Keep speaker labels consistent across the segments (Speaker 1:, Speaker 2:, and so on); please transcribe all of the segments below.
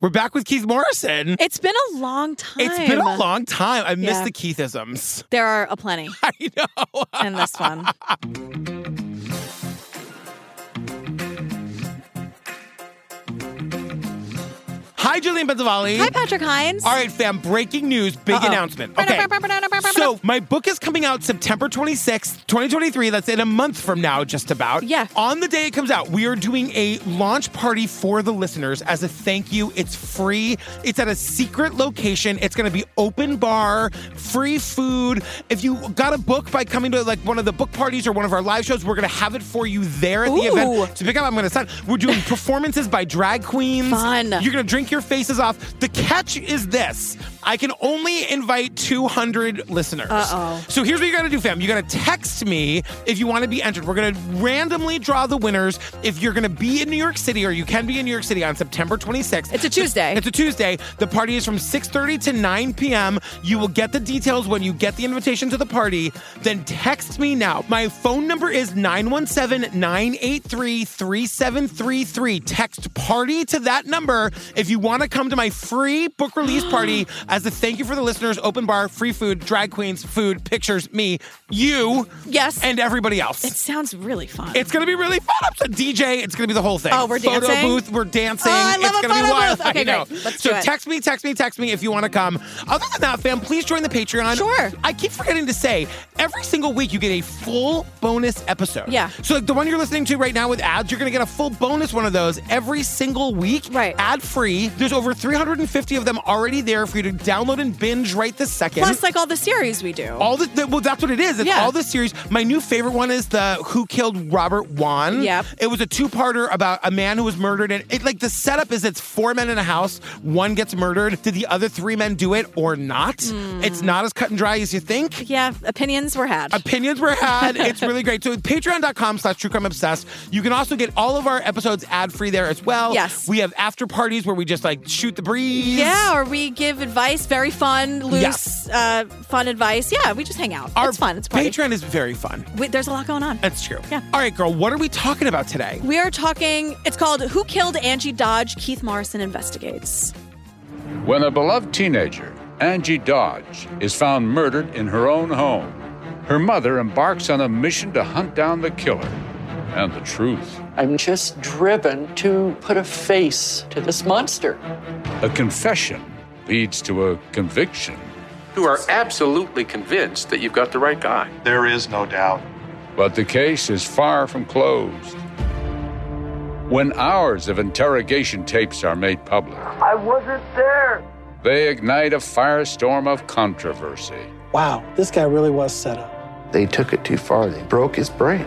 Speaker 1: We're back with Keith Morrison.
Speaker 2: It's been a long time.
Speaker 1: It's been a long time. I miss
Speaker 2: Yeah.
Speaker 1: the Keithisms.
Speaker 2: There are a plenty
Speaker 1: I know.
Speaker 2: in this one.
Speaker 1: Hi, Julian Benzavalli.
Speaker 2: Hi, Patrick Hines.
Speaker 1: All right, fam. Breaking news. Big
Speaker 2: Uh-oh.
Speaker 1: announcement. Okay. So my book is coming out September 26th, 2023. That's in a month from now, just about.
Speaker 2: Yeah.
Speaker 1: On the day it comes out, we are doing a launch party for the listeners as a thank you. It's free. It's at a secret location. It's going to be open bar, free food. If you got a book by coming to like one of the book parties or one of our live shows, we're going to have it for you there at the
Speaker 2: Ooh.
Speaker 1: event. So pick up. I'm going to sign. We're doing performances by drag queens.
Speaker 2: Fun.
Speaker 1: You're gonna drink your faces off. The catch is this: I can only invite 200 listeners.
Speaker 2: Uh-oh.
Speaker 1: So here's what you gotta do, fam. You gotta text me if you want to be entered. We're gonna randomly draw the winners. If you're gonna be in New York City, or you can be in New York City on September 26th.
Speaker 2: It's a Tuesday.
Speaker 1: It's a Tuesday. The party is from 6:30 to 9 p.m. You will get the details when you get the invitation to the party. Then text me now. My phone number is 917-983-3733. Text party to that number if you want to come to my free book release party as a thank you for the listeners, open bar, free food, drag queens, food, pictures, me, you,
Speaker 2: Yes.
Speaker 1: and everybody else.
Speaker 2: it sounds really fun.
Speaker 1: It's gonna be really fun. I'm a DJ. It's gonna be the whole thing.
Speaker 2: Oh, we're
Speaker 1: photo
Speaker 2: dancing?
Speaker 1: booth. We're dancing.
Speaker 2: Oh, I love
Speaker 1: it's
Speaker 2: a
Speaker 1: gonna be
Speaker 2: photo
Speaker 1: wild.
Speaker 2: booth. Okay,
Speaker 1: I know.
Speaker 2: great. Let's
Speaker 1: so
Speaker 2: do it.
Speaker 1: text me, text me, text me if you want to come. Other than that, fam, please join the Patreon.
Speaker 2: Sure.
Speaker 1: I keep forgetting to say every single week you get a full bonus episode.
Speaker 2: Yeah.
Speaker 1: So like the one you're listening to right now with ads, you're gonna get a full bonus one of those every single week.
Speaker 2: Right.
Speaker 1: Ad free. There's over 350 of them already there for you to download and binge right this second.
Speaker 2: Plus, like all the series we do.
Speaker 1: All the, the well, that's what it is. It's
Speaker 2: Yeah.
Speaker 1: all the series. My new favorite one is the Who Killed Robert Wan.
Speaker 2: Yep.
Speaker 1: It was a two-parter about a man who was murdered, and it like the setup is it's four men in a house. One gets murdered. Did the other three men do it or not?
Speaker 2: Hmm.
Speaker 1: It's not as cut and dry as you think.
Speaker 2: yeah, opinions were had.
Speaker 1: Opinions were had. It's really great. So patreon.com slash true crime obsessed. You can also get all of our episodes ad-free there as well.
Speaker 2: Yes.
Speaker 1: We have after parties where we just like shoot the breeze.
Speaker 2: yeah, or we give advice, very fun, loose, uh, fun advice. Yeah, we just hang out.
Speaker 1: Our
Speaker 2: it's fun. It's a party.
Speaker 1: Patreon is very fun.
Speaker 2: We- there's a lot going on.
Speaker 1: That's true.
Speaker 2: Yeah.
Speaker 1: All right, girl, what are we talking about today?
Speaker 2: we are talking. It's called "Who Killed Angie Dodge?" Keith Morrison investigates.
Speaker 3: When a beloved teenager, Angie Dodge, is found murdered in her own home, her mother embarks on a mission to hunt down the killer and the truth.
Speaker 4: I'm just driven to put a face to this monster.
Speaker 3: A confession leads to a conviction,
Speaker 5: who are absolutely convinced that you've got the right guy.
Speaker 6: There is no doubt.
Speaker 3: but the case is far from closed. When hours of interrogation tapes are made public,
Speaker 7: I wasn't there.
Speaker 3: they ignite a firestorm of controversy.
Speaker 8: Wow, this guy really was set up.
Speaker 9: They took it too far. They broke his brain.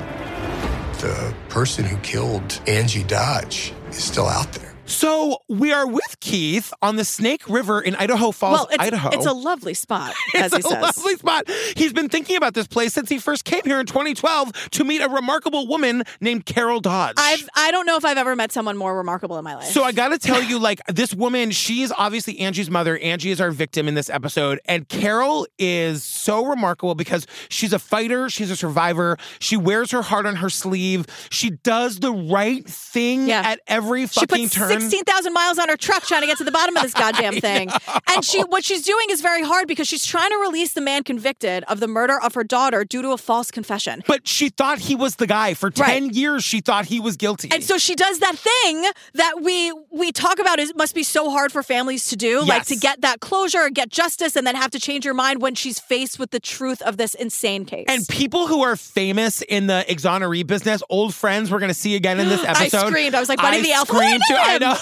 Speaker 10: The person who killed Angie Dodge is still out there.
Speaker 1: So we are with Keith on the Snake River in Idaho Falls,
Speaker 2: well, it's,
Speaker 1: Idaho.
Speaker 2: it's a lovely spot, as he
Speaker 1: It's a
Speaker 2: says.
Speaker 1: lovely spot. He's been thinking about this place since he first came here in 2012 to meet a remarkable woman named Carol Dodge.
Speaker 2: I've I don't know if I've ever met someone more remarkable in my life.
Speaker 1: so I got to tell you, like this woman, she's obviously Angie's mother. Angie is our victim in this episode, and Carol is so remarkable because she's a fighter, she's a survivor. She wears her heart on her sleeve. She does the right thing
Speaker 2: Yeah.
Speaker 1: at every
Speaker 2: she
Speaker 1: fucking
Speaker 2: put
Speaker 1: turn.
Speaker 2: sixteen thousand miles on her truck trying to get to the bottom of this goddamn thing. And she what she's doing is very hard because she's trying to release the man convicted of the murder of her daughter due to a false confession.
Speaker 1: But she thought he was the guy. For 10
Speaker 2: Right.
Speaker 1: years, she thought he was guilty.
Speaker 2: And so she does that thing that we we talk about is must be so hard for families to do, like
Speaker 1: Yes.
Speaker 2: to get that closure, get justice, and then have to change your mind when she's faced with the truth of this insane case.
Speaker 1: and people who are famous in the exoneree business, old friends we're going to see again in this
Speaker 2: I
Speaker 1: episode.
Speaker 2: screamed. I was like, Buddy the Elf. Who
Speaker 1: screamed
Speaker 2: knew
Speaker 1: too. I
Speaker 2: him?
Speaker 1: know.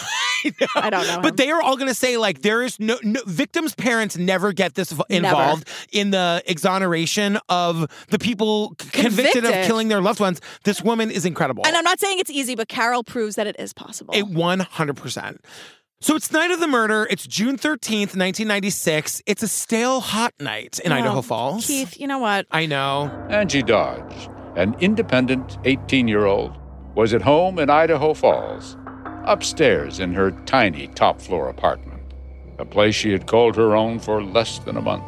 Speaker 2: I don't know.
Speaker 1: But
Speaker 2: him.
Speaker 1: they are all going to say like there is no, no victims' parents never get this v-
Speaker 2: Never.
Speaker 1: involved in the exoneration of the people c- convicted of
Speaker 2: Convicted.
Speaker 1: killing their loved ones. This woman is incredible.
Speaker 2: and uh, I'm not saying it's easy, but Carol proves that it is possible.
Speaker 1: It 100%. So it's night of the murder. It's June 13th, 1996. It's a stale hot night in Idaho
Speaker 2: Well,
Speaker 1: Falls.
Speaker 2: Keith, you know what?
Speaker 1: I know.
Speaker 3: Angie Dodge, an independent 18 year old, was at home in Idaho Falls, upstairs in her tiny top floor apartment, a place she had called her own for less than a month.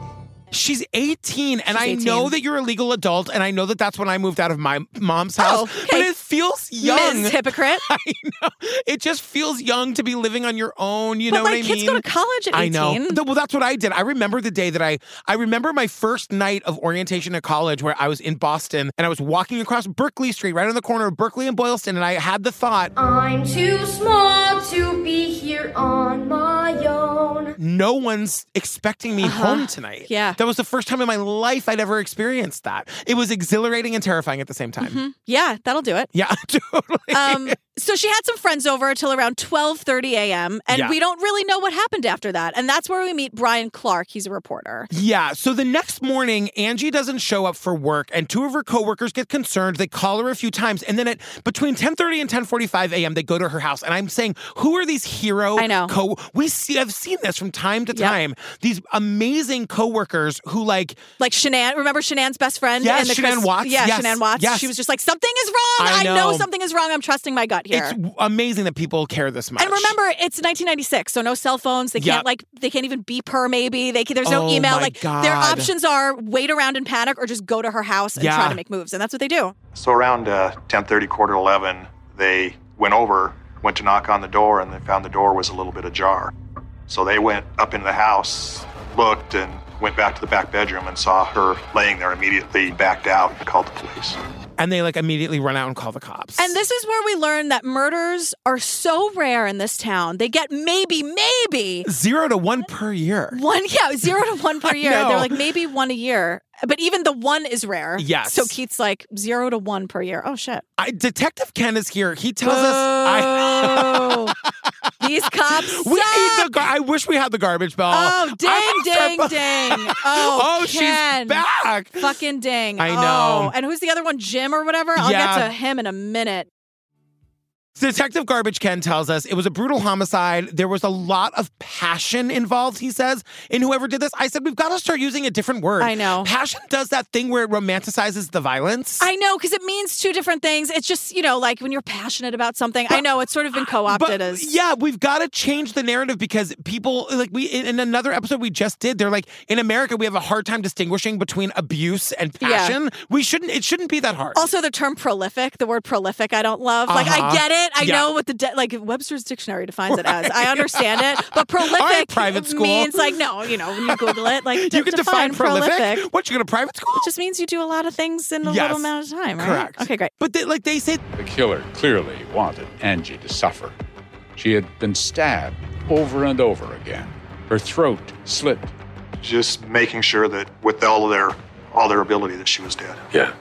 Speaker 1: She's 18, and
Speaker 2: She's
Speaker 1: I
Speaker 2: 18.
Speaker 1: know that you're a legal adult, and I know that that's when I moved out of my mom's house.
Speaker 2: okay.
Speaker 1: But it feels young.
Speaker 2: Ms. Hypocrite.
Speaker 1: I know. It just feels young to be living on your own. You
Speaker 2: but
Speaker 1: know
Speaker 2: like
Speaker 1: what I mean?
Speaker 2: kids go to college at 18.
Speaker 1: I know. Th- Well, that's what I did. I remember the day that I I remember my first night of orientation at college where I was in Boston and I was walking across Berkeley Street, right on the corner of Berkeley and Boylston, and I had the thought,
Speaker 6: I'm too small to be here on my own.
Speaker 1: no one's expecting me home tonight.
Speaker 2: Uh-huh. Yeah.
Speaker 1: That was the first time in my life I'd ever experienced that. It was exhilarating and terrifying at the same time.
Speaker 2: Mm-hmm. Yeah, that'll do it.
Speaker 1: Yeah, totally.
Speaker 2: Um, so she had some friends over till around 12:30 a.m. and
Speaker 1: Yeah.
Speaker 2: we don't really know what happened after that. And that's where we meet Brian Clark. He's a reporter.
Speaker 1: Yeah. So the next morning, Angie doesn't show up for work, and two of her coworkers get concerned. They call her a few times, and then at between 10:30 and 10:45 a.m., they go to her house. And I'm saying, who are these hero?
Speaker 2: I know.
Speaker 1: Co- we see. I've seen this from time to
Speaker 2: Yep.
Speaker 1: time. These amazing coworkers who like.
Speaker 2: Like Shanann, remember Shanann's best friend?
Speaker 1: Yes,
Speaker 2: in the
Speaker 1: Shanann Watts.
Speaker 2: Yeah,
Speaker 1: Yes,
Speaker 2: Shanann Watts.
Speaker 1: yes.
Speaker 2: She was just like, something is wrong.
Speaker 1: I
Speaker 2: I know.
Speaker 1: know.
Speaker 2: something is wrong. I'm trusting my gut here.
Speaker 1: It's amazing that people care this much.
Speaker 2: and remember, it's 1996, so no cell phones. They
Speaker 1: Yeah.
Speaker 2: can't like they can't even beep her. Maybe they can, there's
Speaker 1: Oh,
Speaker 2: no email.
Speaker 1: my
Speaker 2: Like their
Speaker 1: God.
Speaker 2: options are wait around and panic, or just go to her house and
Speaker 1: Yeah.
Speaker 2: try to make moves. And that's what they do.
Speaker 11: So around uh, 10:30, quarter to 11, they went over, went to knock on the door, and they found the door was a little bit ajar. So they went up into the house, looked, and went back to the back bedroom and saw her laying there. Immediately backed out and called the police.
Speaker 1: and they like immediately run out and call the cops.
Speaker 2: And this is where we learn that murders are so rare in this town. They get maybe, maybe
Speaker 1: zero to one per year.
Speaker 2: one, yeah, zero to one per year.
Speaker 1: know.
Speaker 2: They're like maybe one a year. But even the one is rare.
Speaker 1: Yes.
Speaker 2: So Keith's like zero to one per year. Oh shit.
Speaker 1: I, Detective Ken is here. He tells us. Uh, I,
Speaker 2: Boo. Oh. These cops.
Speaker 1: we need
Speaker 2: Oh, suck.
Speaker 1: the. Gar- I wish we had the garbage bell.
Speaker 2: Oh,
Speaker 1: I'm
Speaker 2: ding,
Speaker 1: upset
Speaker 2: ding,
Speaker 1: by-
Speaker 2: ding. Oh,
Speaker 1: oh,
Speaker 2: Ken.
Speaker 1: she's back.
Speaker 2: Fucking ding.
Speaker 1: I know.
Speaker 2: Oh, and who's the other one? Jim or whatever? I'll
Speaker 1: Yeah.
Speaker 2: get to him in a minute.
Speaker 1: Detective Garbage Ken tells us it was a brutal homicide. There was a lot of passion involved, he says, in whoever did this. I said, we've got to start using a different word.
Speaker 2: I know.
Speaker 1: Passion does that thing where it romanticizes the violence.
Speaker 2: I know, because it means two different things. It's just, you know, like when you're passionate about something. I know it's sort of been co opted
Speaker 1: but,
Speaker 2: as.
Speaker 1: yeah, we've got to change the narrative because people like we in in another episode we just did. They're like in America we have a hard time distinguishing between abuse and
Speaker 2: Yeah.
Speaker 1: passion. We shouldn't. It shouldn't be that hard.
Speaker 2: Also, the term prolific, the word prolific, I don't love. Like,
Speaker 1: Uh-huh.
Speaker 2: I get it. I
Speaker 1: Yeah.
Speaker 2: know what the, de- like, Webster's Dictionary defines it as. I understand it. But prolific
Speaker 1: right, private school.
Speaker 2: means, like, no, you know, when you Google it, like,
Speaker 1: you can define, prolific.
Speaker 2: prolific.
Speaker 1: What you go to private school?
Speaker 2: just means you do a lot of things in a
Speaker 1: Yes.
Speaker 2: little amount of time, right?
Speaker 1: Correct.
Speaker 2: Okay, great.
Speaker 1: But they, like they say,
Speaker 3: The killer clearly wanted Angie to suffer. She had been stabbed over and over again, her throat slit.
Speaker 11: Just making sure that with all of their all their ability that she was dead.
Speaker 5: Yeah.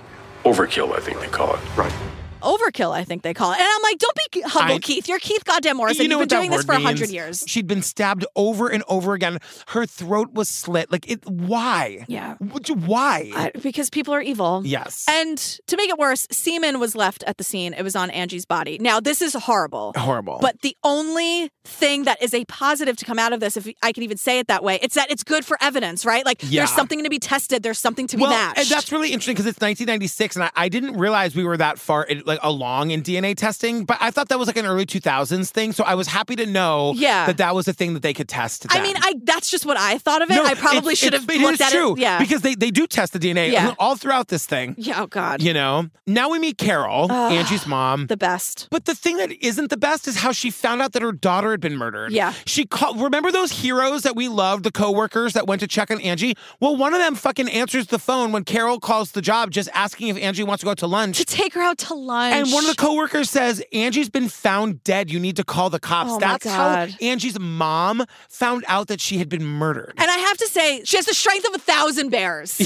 Speaker 5: Overkill, I think they call it.
Speaker 11: Right.
Speaker 2: Overkill, I think they call it. And I'm like, don't be humble,
Speaker 1: I-
Speaker 2: Keith. You're Keith Goddamn Morrison.
Speaker 1: you know
Speaker 2: You've
Speaker 1: what
Speaker 2: been
Speaker 1: that
Speaker 2: doing
Speaker 1: word
Speaker 2: this for a
Speaker 1: means.
Speaker 2: hundred years.
Speaker 1: She'd been stabbed over and over again. Her throat was slit. Like it. Why?
Speaker 2: Yeah.
Speaker 1: Would you- Why?
Speaker 2: I- because people are evil.
Speaker 1: yes.
Speaker 2: And to make it worse, semen was left at the scene. It was on Angie's body. Now, this is horrible.
Speaker 1: Horrible.
Speaker 2: But the only thing that is a positive to come out of this, if I can even say it that way, it's that it's good for evidence, right? Like
Speaker 1: Yeah.
Speaker 2: there's something to be tested, there's something to be
Speaker 1: well,
Speaker 2: matched.
Speaker 1: and that's really interesting because it's 1996, and I, I didn't realize we were that far in, like along in DNA testing. But I thought that was like an early 2000s thing, so I was happy to know
Speaker 2: Yeah.
Speaker 1: that that was a thing that they could test.
Speaker 2: I
Speaker 1: then.
Speaker 2: mean, I that's just what I thought of it.
Speaker 1: No,
Speaker 2: I probably
Speaker 1: it's-
Speaker 2: should
Speaker 1: it's-
Speaker 2: have
Speaker 1: It
Speaker 2: looked
Speaker 1: is
Speaker 2: at
Speaker 1: true,
Speaker 2: it. Yeah.
Speaker 1: because they they do test the DNA
Speaker 2: Yeah.
Speaker 1: all throughout this thing.
Speaker 2: yeah, oh God.
Speaker 1: You know. Now we meet Carol, Angie's mom.
Speaker 2: The best.
Speaker 1: But the thing that isn't the best is how she found out that her daughter had been murdered.
Speaker 2: Yeah.
Speaker 1: She called remember those heroes that we loved, the coworkers that went to check on Angie? Well, one of them fucking answers the phone when Carol calls the job just asking if Angie wants to go out to lunch.
Speaker 2: to take her out to lunch.
Speaker 1: And one of the coworkers says, Angie's been found dead. You need to call the cops.
Speaker 2: Oh my
Speaker 1: That's
Speaker 2: God.
Speaker 1: how Angie's mom found out that she had been murdered.
Speaker 2: and I have to say, she has the strength of a thousand bears.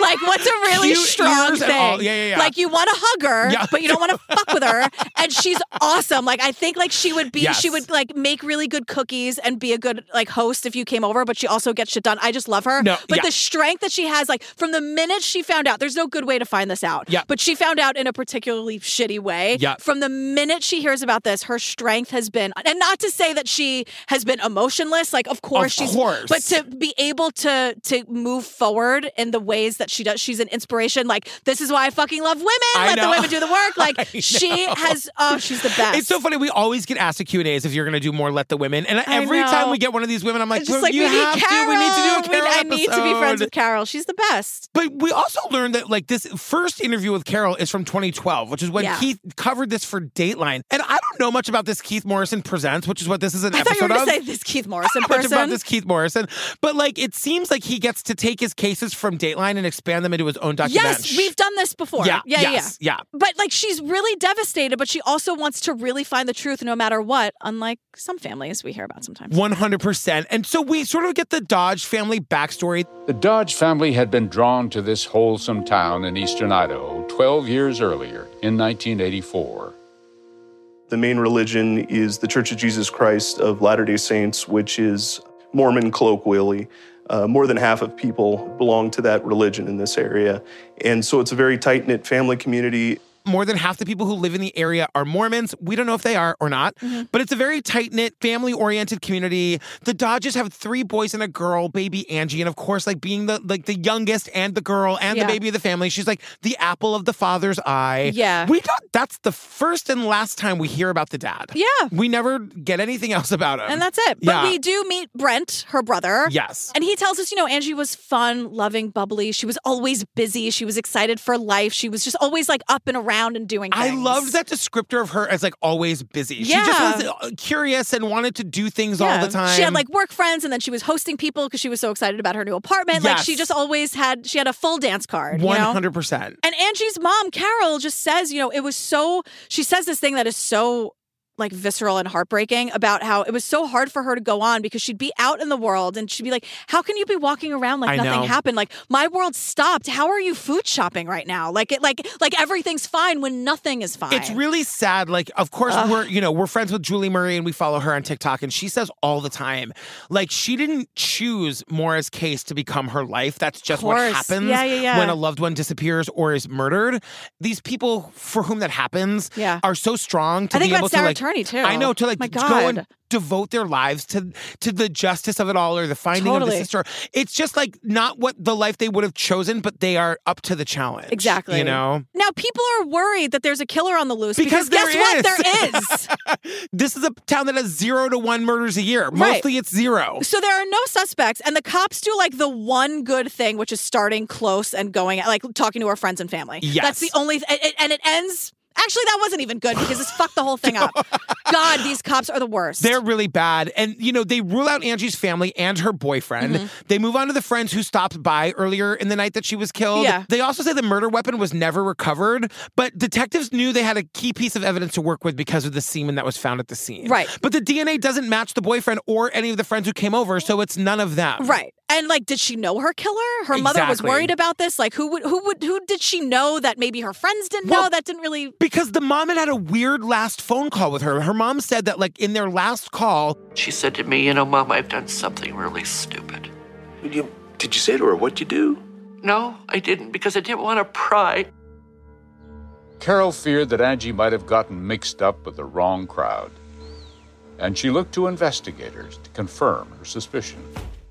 Speaker 2: like, what's a really
Speaker 1: Cute
Speaker 2: strong
Speaker 1: ears
Speaker 2: thing?
Speaker 1: and all- yeah, yeah, yeah.
Speaker 2: Like, you want to hug her,
Speaker 1: Yeah.
Speaker 2: but you don't want to fuck with her. And she's awesome. Like, I think like she would be,
Speaker 1: Yes.
Speaker 2: she would like make really good cookies and be a good like host if you came over. But she also gets shit done. I just love her.
Speaker 1: No,
Speaker 2: but
Speaker 1: yeah.
Speaker 2: the strength that she has, like from the minute she found out, there's no good way to find this out.
Speaker 1: Yeah.
Speaker 2: But she found out in a particularly shitty way.
Speaker 1: Yeah.
Speaker 2: From the minute she hears about this, her strength has been, and not to say that she has been emotionless. Like, of course
Speaker 1: Of
Speaker 2: course she's
Speaker 1: course.
Speaker 2: but to be able to to move forward in the ways that she does she's an inspiration like this is why i fucking love women
Speaker 1: I
Speaker 2: let
Speaker 1: know.
Speaker 2: the women do the work like she has oh she's the best
Speaker 1: It's so funny. We always get asked at Q and A's if you're going to do more let the women. And
Speaker 2: I
Speaker 1: every
Speaker 2: know.
Speaker 1: time we get one of these women, I'm like,
Speaker 2: It's just
Speaker 1: "Well,
Speaker 2: like
Speaker 1: you
Speaker 2: we need
Speaker 1: have
Speaker 2: Carol.
Speaker 1: to. We need to do a
Speaker 2: We-
Speaker 1: Carol
Speaker 2: I need to be friends
Speaker 1: episode."
Speaker 2: with Carol. She's the best.
Speaker 1: But we also learned that like this first interview with Carol is from 2012, which is when
Speaker 2: Yeah.
Speaker 1: Keith covered this for Dateline. And I don't know much about this Keith Morrison presents, which is what this is an
Speaker 2: I thought
Speaker 1: episode
Speaker 2: you were going
Speaker 1: of.
Speaker 2: to say this Keith
Speaker 1: I
Speaker 2: Morrison
Speaker 1: don't know much
Speaker 2: person.
Speaker 1: about this Keith Morrison, but like it seems like he gets to take his cases from Dateline and expand them into his own documentary.
Speaker 2: yes, we've done this before.
Speaker 1: Yeah,
Speaker 2: yeah,
Speaker 1: yes, yeah.
Speaker 2: yeah. But like, she's really devastated, but she also wants to really find the truth, no matter what. Unlike some families we hear about sometimes.
Speaker 1: 100%. And so we sort of get the Dodge family backstory.
Speaker 3: The Dodge family had been drawn to this wholesome town in eastern Idaho 12 years earlier, in 1984.
Speaker 12: The main religion is the Church of Jesus Christ of Latter day Saints, which is Mormon colloquially. Uh, more than half of people belong to that religion in this area. And so it's a very tight knit family community.
Speaker 1: More than half the people who live in the area are Mormons. We don't know if they are or not,
Speaker 2: Mm-hmm.
Speaker 1: but it's a very tight knit, family oriented community. The Dodges have three boys and a girl, baby Angie, and of course, like being the like the youngest and the girl and
Speaker 2: Yeah.
Speaker 1: the baby of the family, she's like the apple of the father's eye.
Speaker 2: Yeah.
Speaker 1: we don't. That's the first and last time we hear about the dad.
Speaker 2: Yeah.
Speaker 1: we never get anything else about him,
Speaker 2: and that's it. But
Speaker 1: yeah.
Speaker 2: we do meet Brent, her brother.
Speaker 1: Yes.
Speaker 2: And he tells us, you know, Angie was fun, loving, bubbly. She was always busy. She was excited for life. She was just always like up and around and doing
Speaker 1: I
Speaker 2: things.
Speaker 1: loved that descriptor of her as like always busy. She
Speaker 2: Yeah.
Speaker 1: just was uh, curious and wanted to do things all
Speaker 2: Yeah.
Speaker 1: the time.
Speaker 2: She had like work friends and then she was hosting people because she was so excited about her new apartment. Like
Speaker 1: Yes.
Speaker 2: she just always had she had a full dance card.
Speaker 1: one
Speaker 2: You know?
Speaker 1: hundred percent.
Speaker 2: And Angie's mom, Carol, just says, you know, it was so she says this thing that is so like visceral and heartbreaking about how it was so hard for her to go on because she'd be out in the world and she'd be like, How can you be walking around like
Speaker 1: I
Speaker 2: nothing
Speaker 1: know.
Speaker 2: happened? Like my world stopped. How are you food shopping right now? Like it like like everything's fine when nothing is fine.
Speaker 1: It's really sad. Like, of course, we're you know we're friends with Julie Murray and we follow her on TikTok, and she says all the time, like she didn't choose Mora's case to become her life. That's just what
Speaker 2: course.
Speaker 1: happens
Speaker 2: Yeah, yeah, yeah.
Speaker 1: when a loved one disappears or is murdered. These people for whom that happens
Speaker 2: Yeah.
Speaker 1: are so strong to
Speaker 2: I think
Speaker 1: be
Speaker 2: about
Speaker 1: able to
Speaker 2: Sarah
Speaker 1: like
Speaker 2: Turney, too.
Speaker 1: I know to like
Speaker 2: My
Speaker 1: go and
Speaker 2: God.
Speaker 1: devote their lives to to the justice of it all or the finding of the
Speaker 2: Totally.
Speaker 1: sister. It's just like not what the life they would have chosen, but they are up to the challenge.
Speaker 2: Exactly.
Speaker 1: You know.
Speaker 2: Now people are worried that there's a killer on the loose
Speaker 1: Because
Speaker 2: because, guess
Speaker 1: there
Speaker 2: what? There is.
Speaker 1: This is a town that has zero to one murders a year.
Speaker 2: Right.
Speaker 1: Mostly it's zero.
Speaker 2: So there are no suspects, and the cops do like the one good thing, which is starting close and going like talking to our friends and family.
Speaker 1: Yes.
Speaker 2: that's the only, th- and- and it ends. Actually, that wasn't even good because it's fucked the whole thing up. God, these cops are the worst.
Speaker 1: They're really bad. And, you know, they rule out Angie's family and her boyfriend.
Speaker 2: Mm-hmm.
Speaker 1: They move on to the friends who stopped by earlier in the night that she was killed.
Speaker 2: Yeah.
Speaker 1: They also say the murder weapon was never recovered, but detectives knew they had a key piece of evidence to work with because of the semen that was found at the scene.
Speaker 2: Right.
Speaker 1: But the DNA doesn't match the boyfriend or any of the friends who came over, so it's none of them.
Speaker 2: right. And like, did she know her killer? Her mother was
Speaker 1: Exactly.
Speaker 2: worried about this. Like, who would, who would, who did she know that maybe her friends didn't
Speaker 1: Well-
Speaker 2: know? That didn't really.
Speaker 1: Because the mom had had a weird last phone call with her. Her mom said that, like, in their last call,
Speaker 13: She said to me, You know, Mom, I've done something really stupid.
Speaker 14: Did you, did you say to her, what'd you do?
Speaker 13: No, I didn't, because I didn't want to pry.
Speaker 3: Carol feared that Angie might have gotten mixed up with the wrong crowd, and she looked to investigators to confirm her suspicion.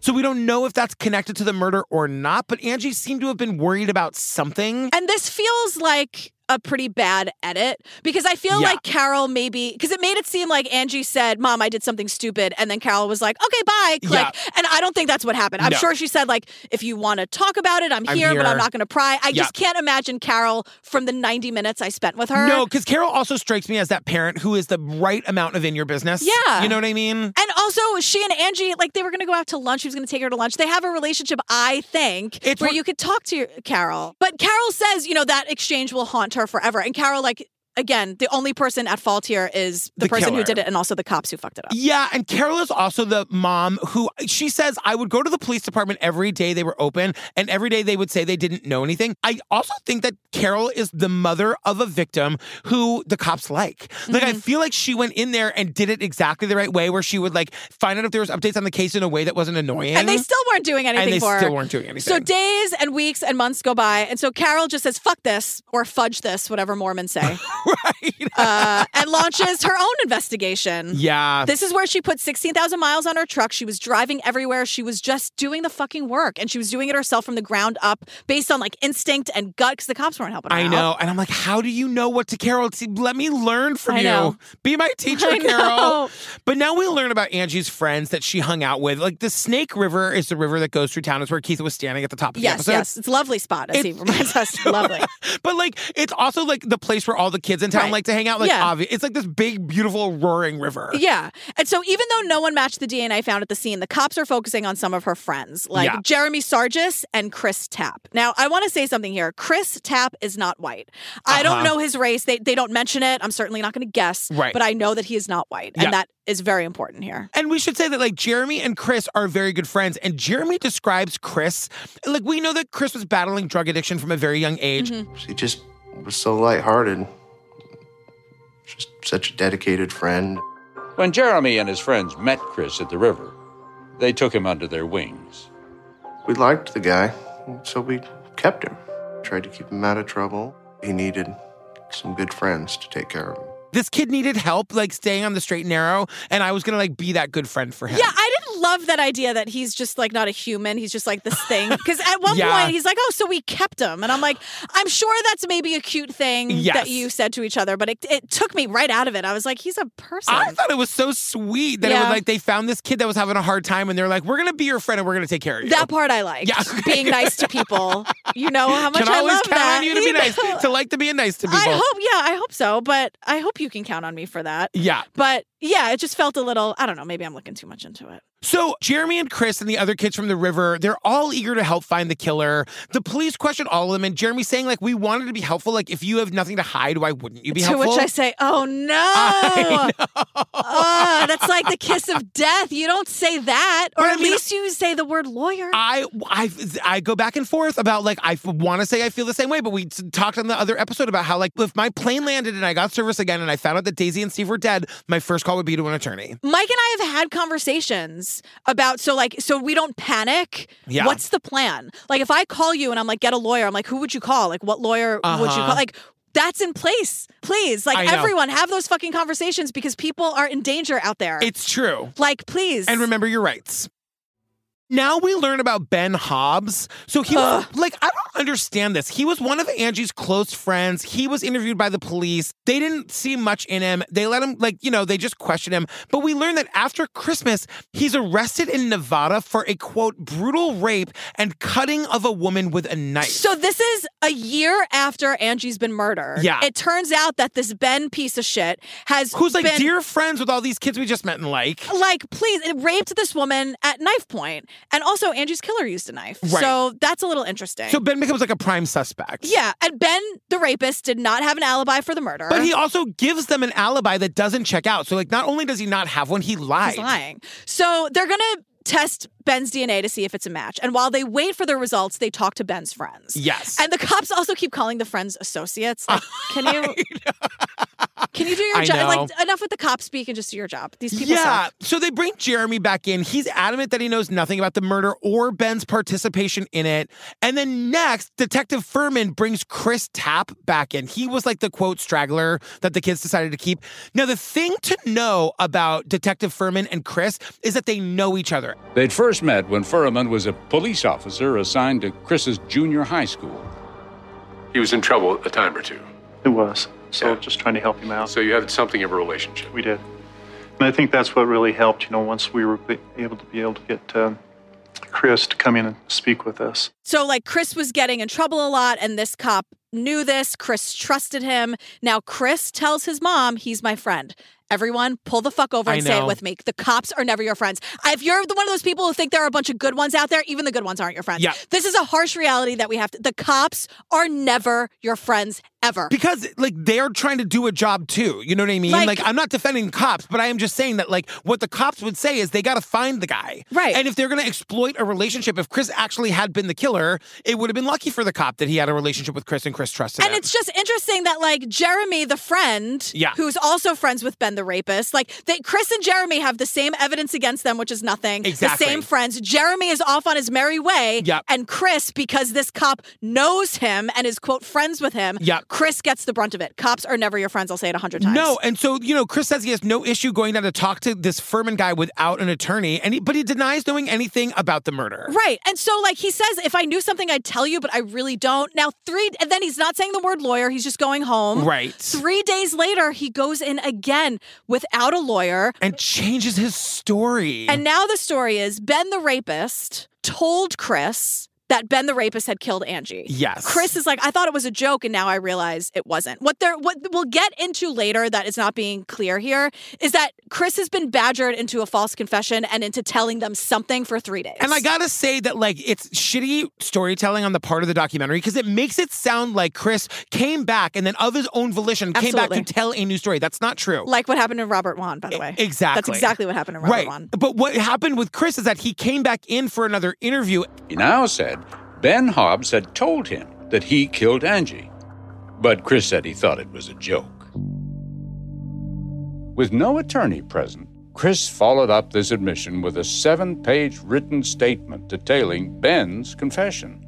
Speaker 1: So we don't know if that's connected to the murder or not, but Angie seemed to have been worried about something.
Speaker 2: And this feels like a pretty bad edit because I feel
Speaker 1: Yeah.
Speaker 2: like Carol maybe because it made it seem like Angie said, "Mom, I did something stupid," and then Carol was like, "Okay, bye." Click.
Speaker 1: Yeah.
Speaker 2: And I don't think that's what happened. I'm
Speaker 1: No.
Speaker 2: sure she said like, "If you want to talk about it, I'm
Speaker 1: I'm
Speaker 2: here, but
Speaker 1: here.
Speaker 2: I'm not going to pry." I
Speaker 1: Yeah.
Speaker 2: just can't imagine Carol from the 90 minutes I spent with her.
Speaker 1: No, because Carol also strikes me as that parent who is the right amount of in your business.
Speaker 2: Yeah.
Speaker 1: You know what I mean?
Speaker 2: And also, she and Angie, like, they were going to go out to lunch. He was going to take her to lunch. They have a relationship, I think,
Speaker 1: It's
Speaker 2: where
Speaker 1: one-
Speaker 2: you could talk to your, Carol. But Carol says, you know, that exchange will haunt her forever. And Carol, like, again, the only person at fault here is the,
Speaker 1: The
Speaker 2: person
Speaker 1: killer.
Speaker 2: who did it and also the cops who fucked it up.
Speaker 1: Yeah, and Carol is also the mom who she says I would go to the police department every day they were open, and every day they would say they didn't know anything. I also think that Carol is the mother of a victim who the cops like. Like
Speaker 2: Mm-hmm.
Speaker 1: I feel like she went in there and did it exactly the right way, where she would like find out if there was updates on the case in a way that wasn't annoying.
Speaker 2: And they still weren't doing anything
Speaker 1: and they
Speaker 2: for her.
Speaker 1: still weren't doing anything.
Speaker 2: So days and weeks and months go by, and so Carol just says, "Fuck this" or "Fudge this," whatever Mormons say,
Speaker 1: right.
Speaker 2: uh, and launches her own investigation.
Speaker 1: Yeah.
Speaker 2: This is where she put 16,000 miles on her truck. She was driving everywhere. She was just doing the fucking work. And she was doing it herself from the ground up based on like instinct and gut because the cops weren't helping her
Speaker 1: I
Speaker 2: out.
Speaker 1: know. And I'm like, how do you know what to Carol? See, Let me learn from
Speaker 2: I
Speaker 1: you.
Speaker 2: know.
Speaker 1: Be my teacher,
Speaker 2: I
Speaker 1: Carol.
Speaker 2: know.
Speaker 1: But now we learn about Angie's friends that she hung out with. Like the Snake River is the river that goes through town. It's where Keith was standing at the top of
Speaker 2: Yes,
Speaker 1: the episode.
Speaker 2: yes. It's a lovely spot, as
Speaker 1: It-
Speaker 2: he reminds us. lovely.
Speaker 1: But like, it's also like the place where all the kids in town
Speaker 2: Right.
Speaker 1: like to hang out. Like,
Speaker 2: Yeah.
Speaker 1: obvi- it's like this big, beautiful, roaring river.
Speaker 2: Yeah. And so even though no one matched the DNA found at the scene, the cops are focusing on some of her friends, like
Speaker 1: Yeah.
Speaker 2: Jeremy Sargis and Chris Tapp. Now, I want to say something here. Chris Tapp is not white. I
Speaker 1: Uh-huh.
Speaker 2: don't know his race. They, they don't mention it. I'm certainly not going to guess.
Speaker 1: Right.
Speaker 2: But I know that he is not white.
Speaker 1: Yeah.
Speaker 2: And that is very important here.
Speaker 1: And we should say that like Jeremy and Chris are very good friends. And Jeremy describes Chris like we know that Chris was battling drug addiction from a very young age.
Speaker 9: She just was so lighthearted. Just such a dedicated friend.
Speaker 3: When Jeremy and his friends met Chris at the river, they took him under their wings.
Speaker 9: We liked the guy, so we kept him. Tried to keep him out of trouble. He needed some good friends to take care of him.
Speaker 1: This kid needed help like staying on the straight and narrow, and I was gonna like be that good friend for him.
Speaker 2: Yeah, I didn't love that idea that he's just like not a human. He's just like this thing. Because at one
Speaker 1: Yeah.
Speaker 2: point he's like, "Oh, so we kept him," and I'm like, "I'm sure that's maybe a cute thing
Speaker 1: Yes.
Speaker 2: that you said to each other," but it, it took me right out of it. I was like, "He's a person."
Speaker 1: I thought it was so sweet that it was
Speaker 2: Yeah.
Speaker 1: like they found this kid that was having a hard time, and they're like, "We're gonna be your friend, and we're gonna take care of you."
Speaker 2: That part I liked.
Speaker 1: Yeah.
Speaker 2: Being nice to people. You know how much
Speaker 1: can always
Speaker 2: love
Speaker 1: count
Speaker 2: that.
Speaker 1: on you to be nice,
Speaker 2: know?
Speaker 1: to like to be nice to people.
Speaker 2: I hope, yeah, I hope so. But I hope you can count on me for that.
Speaker 1: yeah.
Speaker 2: But yeah, it just felt a little, I don't know, maybe I'm looking too much into it.
Speaker 1: So Jeremy and Chris and the other kids from the river, they're all eager to help find the killer. The police question all of them, and Jeremy's saying, like, we wanted to be helpful. Like, if you have nothing to hide, why wouldn't you be
Speaker 2: to
Speaker 1: helpful?
Speaker 2: which I say, oh no. Oh, that's like the kiss of death. You don't say that. Or
Speaker 1: But I
Speaker 2: at
Speaker 1: mean-
Speaker 2: least you say the word lawyer.
Speaker 1: I, I, I go back and forth about like I want to say I feel the same way, but we t- talked on the other episode about how like if my plane landed and I got service again and I found out that Daisy and Steve were dead, my first call would be to an attorney.
Speaker 2: Mike and I have had conversations about so like so we don't panic.
Speaker 1: Yeah.
Speaker 2: What's the plan? Like if I call you and I'm like get a lawyer, I'm like who would you call? Like what lawyer would you
Speaker 1: Uh-huh.
Speaker 2: call? Like that's in place. Please,
Speaker 1: I
Speaker 2: like
Speaker 1: know.
Speaker 2: everyone have those fucking conversations because people are in danger out there.
Speaker 1: It's true.
Speaker 2: like please.
Speaker 1: And remember your rights. Now we learn about Ben Hobbs. So he was, like, I don't understand this. He was one of Angie's close friends. He was interviewed by the police. They didn't see much in him. They let him, like, you know, they just questioned him. But we learn that after Christmas, he's arrested in Nevada for a quote, brutal rape and cutting of a woman with a knife.
Speaker 2: So this is a year after Angie's been murdered.
Speaker 1: Yeah.
Speaker 2: It turns out that this Ben piece of shit has
Speaker 1: Who's like
Speaker 2: been-
Speaker 1: dear friends with all these kids we just met and like.
Speaker 2: like please it raped this woman at knife point and also angie's killer used a knife
Speaker 1: Right.
Speaker 2: so that's a little interesting
Speaker 1: So Ben becomes like a prime suspect.
Speaker 2: yeah and ben the rapist did not have an alibi for the murder
Speaker 1: But he also gives them an alibi that doesn't check out. So like not only does he not have one, he lied.
Speaker 2: he's lying so they're gonna test ben's dna to see if it's a match and while they wait for the results they talk to ben's friends
Speaker 1: Yes.
Speaker 2: and the cops also keep calling the friends associates like can you can you do
Speaker 1: I
Speaker 2: your job like
Speaker 1: know.
Speaker 2: enough with the cop speak and just do your job these people
Speaker 1: yeah.
Speaker 2: suck.
Speaker 1: So they bring Jeremy back in. He's adamant that he knows nothing about the murder or Ben's participation in it. And then next, Detective Furman brings Chris Tapp back in. He was like the quote straggler that the kids decided to keep. Now, the thing to know about Detective Furman and Chris is that they know each other.
Speaker 3: They'd first met when Furman was a police officer assigned to Chris's junior high school.
Speaker 5: He was in trouble a time or two.
Speaker 15: It was. So
Speaker 5: Yeah.
Speaker 15: just trying to help him out.
Speaker 5: So you had something of a relationship.
Speaker 15: We did. And I think that's what really helped, you know, once we were be- able to be able to get um, Chris to come in and speak with us.
Speaker 2: So, like, Chris was getting in trouble a lot, and this cop knew this. Chris trusted him. Now, Chris tells his mom, he's my friend. Everyone, pull the fuck over
Speaker 1: I
Speaker 2: and say
Speaker 1: know.
Speaker 2: it with me. The cops are never your friends. If you're the- one of those people who think there are a bunch of good ones out there, even the good ones aren't your friends.
Speaker 1: Yeah.
Speaker 2: This is a harsh reality that we have to. The cops are never your friends ever.
Speaker 1: Because like they're trying to do a job too. You know what I mean? Like,
Speaker 2: Like-
Speaker 1: I'm not defending cops, but I am just saying that like what the cops would say is they gotta find the guy.
Speaker 2: Right.
Speaker 1: And if they're gonna exploit a relationship, if Chris actually had been the killer, it would have been lucky for the cop that he had a relationship with Chris and Chris trusted
Speaker 2: And
Speaker 1: him.
Speaker 2: it's just interesting that like Jeremy, the friend,
Speaker 1: Yeah.
Speaker 2: who's also friends with Ben the rapist, like they, Chris and Jeremy have the same evidence against them, which is nothing.
Speaker 1: Exactly.
Speaker 2: The same friends. Jeremy is off on his merry way,
Speaker 1: Yep.
Speaker 2: and Chris, because this cop knows him and is quote friends with him,
Speaker 1: Yep.
Speaker 2: Chris gets the brunt of it. Cops are never your friends. I'll say it a hundred times.
Speaker 1: No, and so you know, Chris says he has no issue going down to talk to this Furman guy without an attorney, and he, but he denies knowing anything about the murder.
Speaker 2: Right. And so like he says, if I knew something, I'd tell you, but I really don't. Now three, and then he's not saying the word lawyer. He's just going home.
Speaker 1: Right.
Speaker 2: Three days later, he goes in again without a lawyer
Speaker 1: and changes his story.
Speaker 2: And now the story is Ben the rapist told Chris that Ben the rapist had killed Angie.
Speaker 1: Yes.
Speaker 2: Chris is like, I thought it was a joke, and now I realize it wasn't. What they're what we'll get into later that is not being clear here is that Chris has been badgered into a false confession and into telling them something for three days.
Speaker 1: And I gotta say that like it's shitty storytelling on the part of the documentary because it makes it sound like Chris came back and then of his own volition came back
Speaker 2: Absolutely.
Speaker 1: to tell a new story. That's not true.
Speaker 2: like what happened to Robert Wan, by the way.
Speaker 1: E, exactly.
Speaker 2: That's exactly what happened to Robert
Speaker 1: right.
Speaker 2: Wan.
Speaker 1: But what happened with Chris is that he came back in for another interview.
Speaker 3: He now said Ben Hobbs had told him that he killed Angie, but Chris said he thought it was a joke. With no attorney present, Chris followed up this admission with a seven page written statement detailing Ben's confession.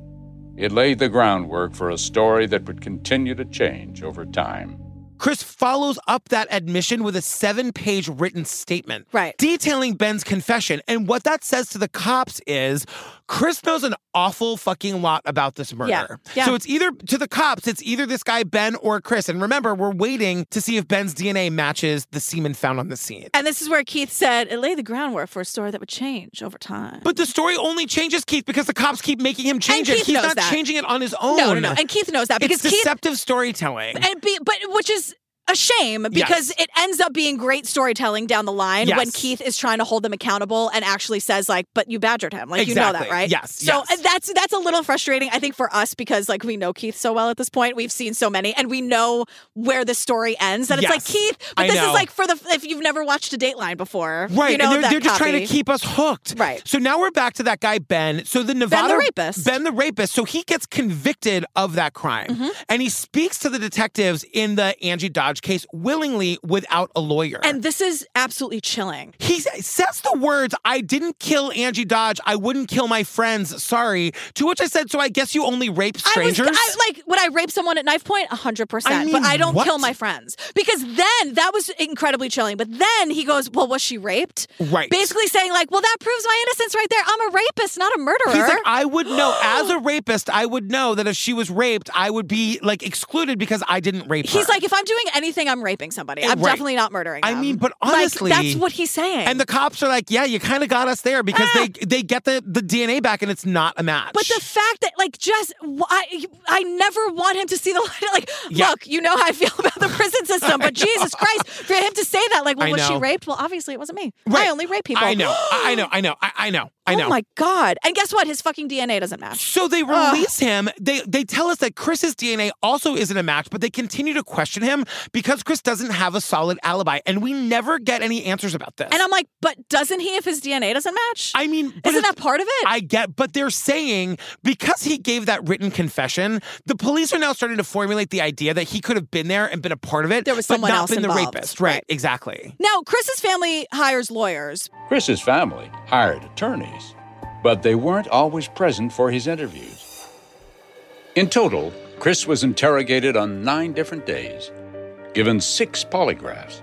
Speaker 3: It laid the groundwork for a story that would continue to change over time.
Speaker 1: Chris follows up that admission with a seven page written statement.
Speaker 2: Right.
Speaker 1: Detailing Ben's confession. And what that says to the cops is Chris knows an awful fucking lot about this murder.
Speaker 2: Yeah. Yeah.
Speaker 1: So it's either to the cops, it's either this guy, Ben, or Chris. And remember, we're waiting to see if Ben's DNA matches the semen found on the scene.
Speaker 2: And this is where Keith said it laid the groundwork for a story that would change over time.
Speaker 1: But the story only changes Keith because the cops keep making him change
Speaker 2: And
Speaker 1: it.
Speaker 2: Keith
Speaker 1: He's
Speaker 2: knows
Speaker 1: not
Speaker 2: that.
Speaker 1: changing it on his own.
Speaker 2: No, no, no. And Keith knows that because
Speaker 1: it's
Speaker 2: Keith
Speaker 1: deceptive storytelling.
Speaker 2: and be, but which is a shame because
Speaker 1: Yes.
Speaker 2: it ends up being great storytelling down the line
Speaker 1: Yes.
Speaker 2: when Keith is trying to hold them accountable and actually says like, "But you badgered him, like you know that,
Speaker 1: Exactly.
Speaker 2: right?"
Speaker 1: Yes,
Speaker 2: So
Speaker 1: yes.
Speaker 2: that's that's a little frustrating, I think, for us because like we know Keith so well at this point, we've seen so many, and we know where the story ends, and it's like
Speaker 1: Yes.
Speaker 2: Keith, but
Speaker 1: I
Speaker 2: this
Speaker 1: know.
Speaker 2: is like for the if you've never watched a Dateline before,
Speaker 1: Right,
Speaker 2: You know,
Speaker 1: and they're,
Speaker 2: that
Speaker 1: they're just trying to
Speaker 2: copy.
Speaker 1: keep us hooked.
Speaker 2: Right.
Speaker 1: So now we're back to that guy Ben. So the Nevada
Speaker 2: rapist.
Speaker 1: Ben the rapist. So he gets convicted of that crime,
Speaker 2: Mm-hmm.
Speaker 1: and he speaks to the detectives in the Angie Dodge case willingly without a lawyer.
Speaker 2: And this is absolutely chilling.
Speaker 1: he s- says the words, "I didn't kill Angie Dodge. I wouldn't kill my friends. Sorry." To which I said, "So I guess you only rape strangers."
Speaker 2: I was I, like, would I rape someone at knife point?
Speaker 1: I
Speaker 2: hundred percent.
Speaker 1: mean,
Speaker 2: But I don't
Speaker 1: what?
Speaker 2: kill my friends because then that was incredibly chilling. But then he goes, "Well, was she raped?"
Speaker 1: Right.
Speaker 2: Basically saying like, "Well, that proves my innocence right there. I'm a rapist, not a murderer."
Speaker 1: He's like, I would know as a rapist, I would know that if she was raped, I would be like excluded because I didn't rape her.
Speaker 2: He's like, if I'm doing anything, I'm raping somebody. I'm
Speaker 1: Right.
Speaker 2: definitely not murdering.
Speaker 1: I
Speaker 2: them."
Speaker 1: mean, but
Speaker 2: Like,
Speaker 1: honestly,
Speaker 2: that's what he's saying.
Speaker 1: And the cops are like, yeah, you kind of got us there because they they get the, the DNA back and it's not a match.
Speaker 2: Ah. But the fact that, like, Jess, wh- I, I never want him to see the light. Like,
Speaker 1: Yeah.
Speaker 2: look, you know how I feel about the prison system, but Jesus Christ, for him to say that, like, well,
Speaker 1: I
Speaker 2: was she
Speaker 1: know.
Speaker 2: raped? Well, obviously it wasn't me.
Speaker 1: Right.
Speaker 2: I only rape people.
Speaker 1: I know, I I know, I know, I, I know, I know.
Speaker 2: Oh my God. And guess what? His fucking DNA doesn't match.
Speaker 1: so they release him. They they tell us that Chris's DNA also isn't a match, but they continue to question him because Chris doesn't have a solid alibi, and we never get any answers about this.
Speaker 2: And I'm like, but doesn't he if his DNA doesn't match?
Speaker 1: I mean, but
Speaker 2: Isn't
Speaker 1: it's-
Speaker 2: that part of it?
Speaker 1: I get, but they're saying because he gave that written confession, the police are now starting to formulate the idea that he could have been there and been a part of it.
Speaker 2: There was
Speaker 1: but
Speaker 2: someone
Speaker 1: not
Speaker 2: else
Speaker 1: been
Speaker 2: involved.
Speaker 1: the rapist, right?
Speaker 2: Right.
Speaker 1: Exactly.
Speaker 2: now, Chris's family hires lawyers.
Speaker 3: Chris's family hired attorneys, but they weren't always present for his interviews. In total, Chris was interrogated on nine different days, given six polygraphs,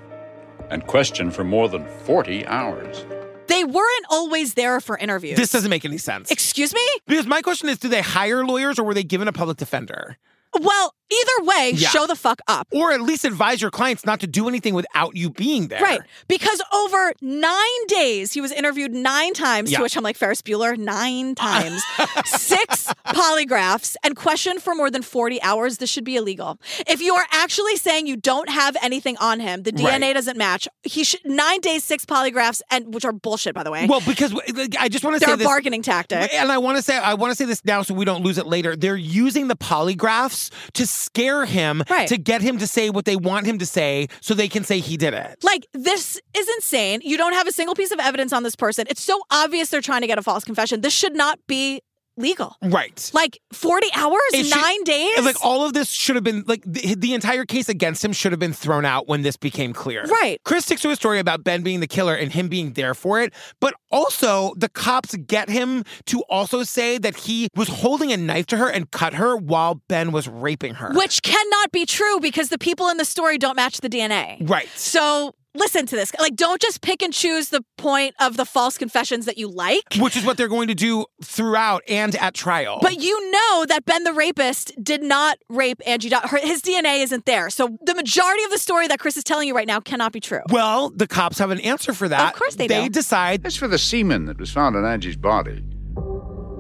Speaker 3: and questioned for more than 40 hours.
Speaker 2: They weren't always there for interviews.
Speaker 1: This doesn't make any sense.
Speaker 2: Excuse me?
Speaker 1: because my question is, do they hire lawyers or were they given a public defender?
Speaker 2: Well, either way,
Speaker 1: Yeah.
Speaker 2: show the fuck up.
Speaker 1: Or at least advise your clients not to do anything without you being there.
Speaker 2: Right. Because over nine days, he was interviewed nine times,
Speaker 1: Yeah.
Speaker 2: to which I'm like, Ferris Bueller, nine times, six polygraphs, and questioned for more than 40 hours. This should be illegal. If you are actually saying you don't have anything on him, the DNA
Speaker 1: Right.
Speaker 2: doesn't match, he should, nine days, six polygraphs, and which are bullshit, by the way.
Speaker 1: Well, because like, I just want to
Speaker 2: They're
Speaker 1: say
Speaker 2: a
Speaker 1: this.
Speaker 2: bargaining tactic.
Speaker 1: And I want to say I want to say this now so we don't lose it later. They're using the polygraphs to scare him
Speaker 2: Right.
Speaker 1: to get him to say what they want him to say so they can say he did it.
Speaker 2: Like, this is insane. You don't have a single piece of evidence on this person. It's so obvious they're trying to get a false confession. This should not be legal.
Speaker 1: Right.
Speaker 2: Like 40 hours,
Speaker 1: It should-
Speaker 2: nine days?
Speaker 1: and, like all of this should have been like the, the entire case against him should have been thrown out when this became clear.
Speaker 2: Right.
Speaker 1: Chris sticks to a story about Ben being the killer and him being there for it, but also the cops get him to also say that he was holding a knife to her and cut her while Ben was raping her.
Speaker 2: Which cannot be true because the people in the story don't match the DNA.
Speaker 1: Right.
Speaker 2: So listen to this. Like, don't just pick and choose the point of the false confessions that you like.
Speaker 1: Which is what they're going to do throughout and at trial.
Speaker 2: But you know that Ben the rapist did not rape Angie. Dodd. Her, his DNA isn't there. So the majority of the story that Chris is telling you right now cannot be true.
Speaker 1: well, the cops have an answer for that.
Speaker 2: Of course they
Speaker 1: They
Speaker 2: do.
Speaker 1: decide
Speaker 3: As for the semen that was found on Angie's body,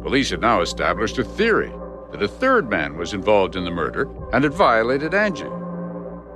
Speaker 3: police have now established a theory that a third man was involved in the murder and had violated Angie.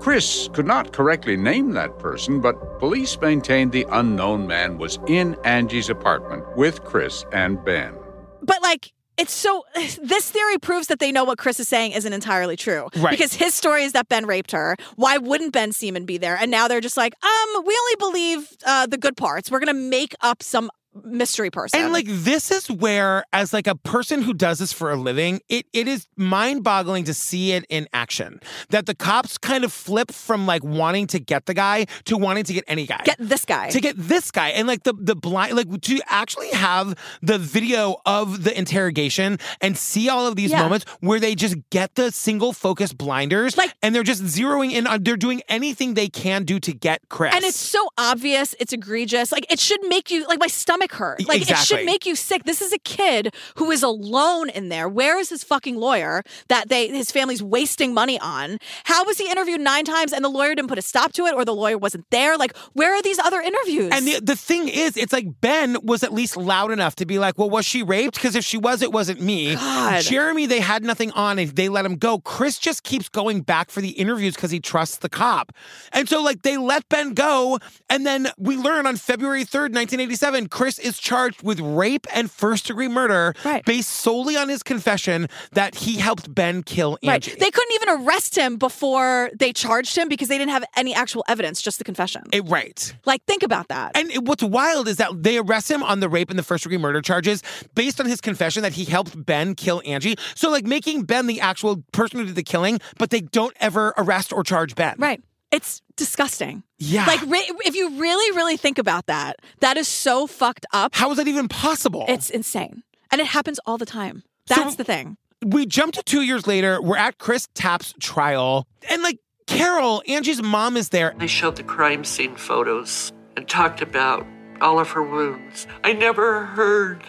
Speaker 3: Chris could not correctly name that person, but police maintained the unknown man was in Angie's apartment with Chris and Ben.
Speaker 2: But like, it's so. This theory proves that they know what Chris is saying isn't entirely true.
Speaker 3: Right.
Speaker 2: Because his story is that Ben raped her. Why wouldn't Ben Seaman be there? And now they're just like, um, we only believe uh, the good parts. We're gonna make up some mystery person.
Speaker 1: And like this is where, as like a person who does this for a living, it it is mind boggling to see it in action. That the cops kind of flip from like wanting to get the guy to wanting to get any guy.
Speaker 2: get this guy.
Speaker 1: to get this guy and like the the blind like to actually have the video of the interrogation and see all of these
Speaker 2: Yeah.
Speaker 1: moments where they just get the single focus blinders like and they're just zeroing in on they're doing anything they can do to get Chris
Speaker 2: And it's so obvious, it's egregious. Like it should make you like my stomach hurt. Like it
Speaker 1: E, Exactly.
Speaker 2: should make you sick. This is a kid who is alone in there. Where is his fucking lawyer that they his family's wasting money on? How was he interviewed nine times and the lawyer didn't put a stop to it or the lawyer wasn't there? Like where are these other interviews?
Speaker 1: And the, the thing is, it's like Ben was at least loud enough to be like, well, was she raped? Because if she was, it wasn't me.
Speaker 2: God.
Speaker 1: Jeremy, they had nothing on and they let him go. Chris just keeps going back for the interviews because he trusts the cop. And so, like, they let Ben go. And then we learn on February 3rd, 1987, Chris is charged with rape and first degree murder based solely on his confession that he helped Ben kill
Speaker 2: Right.
Speaker 1: Angie.
Speaker 2: They couldn't even arrest him before they charged him because they didn't have any actual evidence, just the confession.
Speaker 1: It- right.
Speaker 2: like, think about that.
Speaker 1: And it- what's wild is that they arrest him on the rape and the first degree murder charges based on his confession that he helped Ben kill Angie. So, like, making Ben the actual person who did the killing, but they don't ever arrest or charge Ben.
Speaker 2: Right. It's disgusting.
Speaker 1: Yeah.
Speaker 2: Like, re- if you really, really think about that, that is so fucked up.
Speaker 1: How is that even possible?
Speaker 2: It's insane. And it happens all the time. That's the thing.
Speaker 1: we jump to two years later. We're at Chris Tapp's trial. And, like, Carol, Angie's mom is there.
Speaker 13: They showed the crime scene photos and talked about all of her wounds. I never heard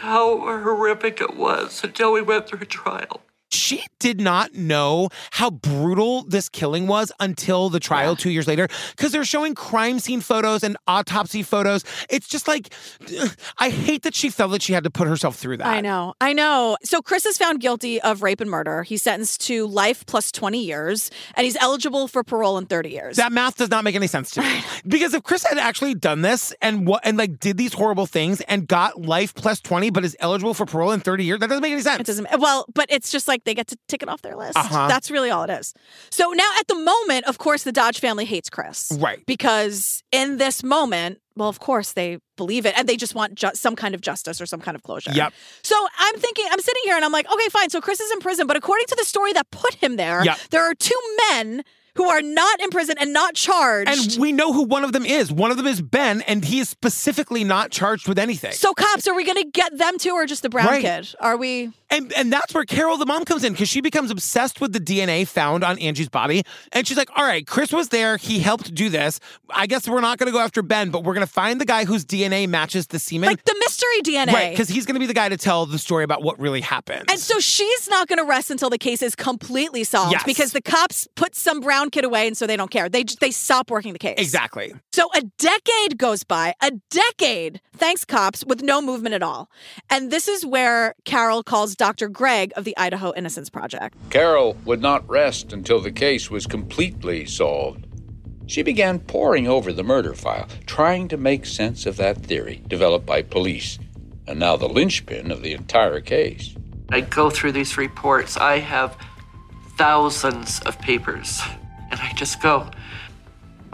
Speaker 13: how horrific it was until we went through trial.
Speaker 1: She did not know how brutal this killing was until the trial two years later because they're showing crime scene photos and autopsy photos. It's just like, I hate that she felt that she had to put herself through that.
Speaker 2: I know. I know. So Chris is found guilty of rape and murder. He's sentenced to life plus 20 years, and he's eligible for parole in 30 years.
Speaker 1: That math does not make any sense to me. Because if Chris had actually done this and what and like did these horrible things and got life plus 20 but is eligible for parole in 30 years, that doesn't make any sense.
Speaker 2: It doesn't. Well, but it's just like they get to tick it off their list.
Speaker 1: Uh-huh.
Speaker 2: That's really all it is. So now, at the moment, of course, the Dodge family hates Chris,
Speaker 1: Right.
Speaker 2: Because in this moment, well, of course, they believe it, and they just want ju- some kind of justice or some kind of closure.
Speaker 1: Yep.
Speaker 2: So I'm thinking, I'm sitting here, and I'm like, okay, fine. So Chris is in prison, but according to the story that put him there,
Speaker 1: Yep.
Speaker 2: there are two men who are not in prison and not charged.
Speaker 1: And we know who one of them is. One of them is Ben, and he is specifically not charged with anything.
Speaker 2: so cops, are we going to get them too, or just the brown
Speaker 1: Right.
Speaker 2: kid? Are we?
Speaker 1: And and that's where Carol the mom comes in because she becomes obsessed with the DNA found on Angie's body. And she's like, all right, Chris was there. He helped do this. I guess we're not gonna go after Ben, but we're gonna find the guy whose DNA matches the semen.
Speaker 2: Like the mystery DNA.
Speaker 1: Right, because he's gonna be the guy to tell the story about what really happened.
Speaker 2: And so she's not going to rest until the case is completely solved
Speaker 1: Yes.
Speaker 2: because the cops put some brown kid away and so they don't care. They j- they stop working the case.
Speaker 1: Exactly.
Speaker 2: So a decade goes by, a decade, thanks cops, with no movement at all. And this is where Carol calls Dr. Gregg of the Idaho Innocence Project.
Speaker 3: Carol would not rest until the case was completely solved. She began poring over the murder file, trying to make sense of that theory developed by police, and now the linchpin of the entire case.
Speaker 13: I go through these reports. I have thousands of papers. And I just go,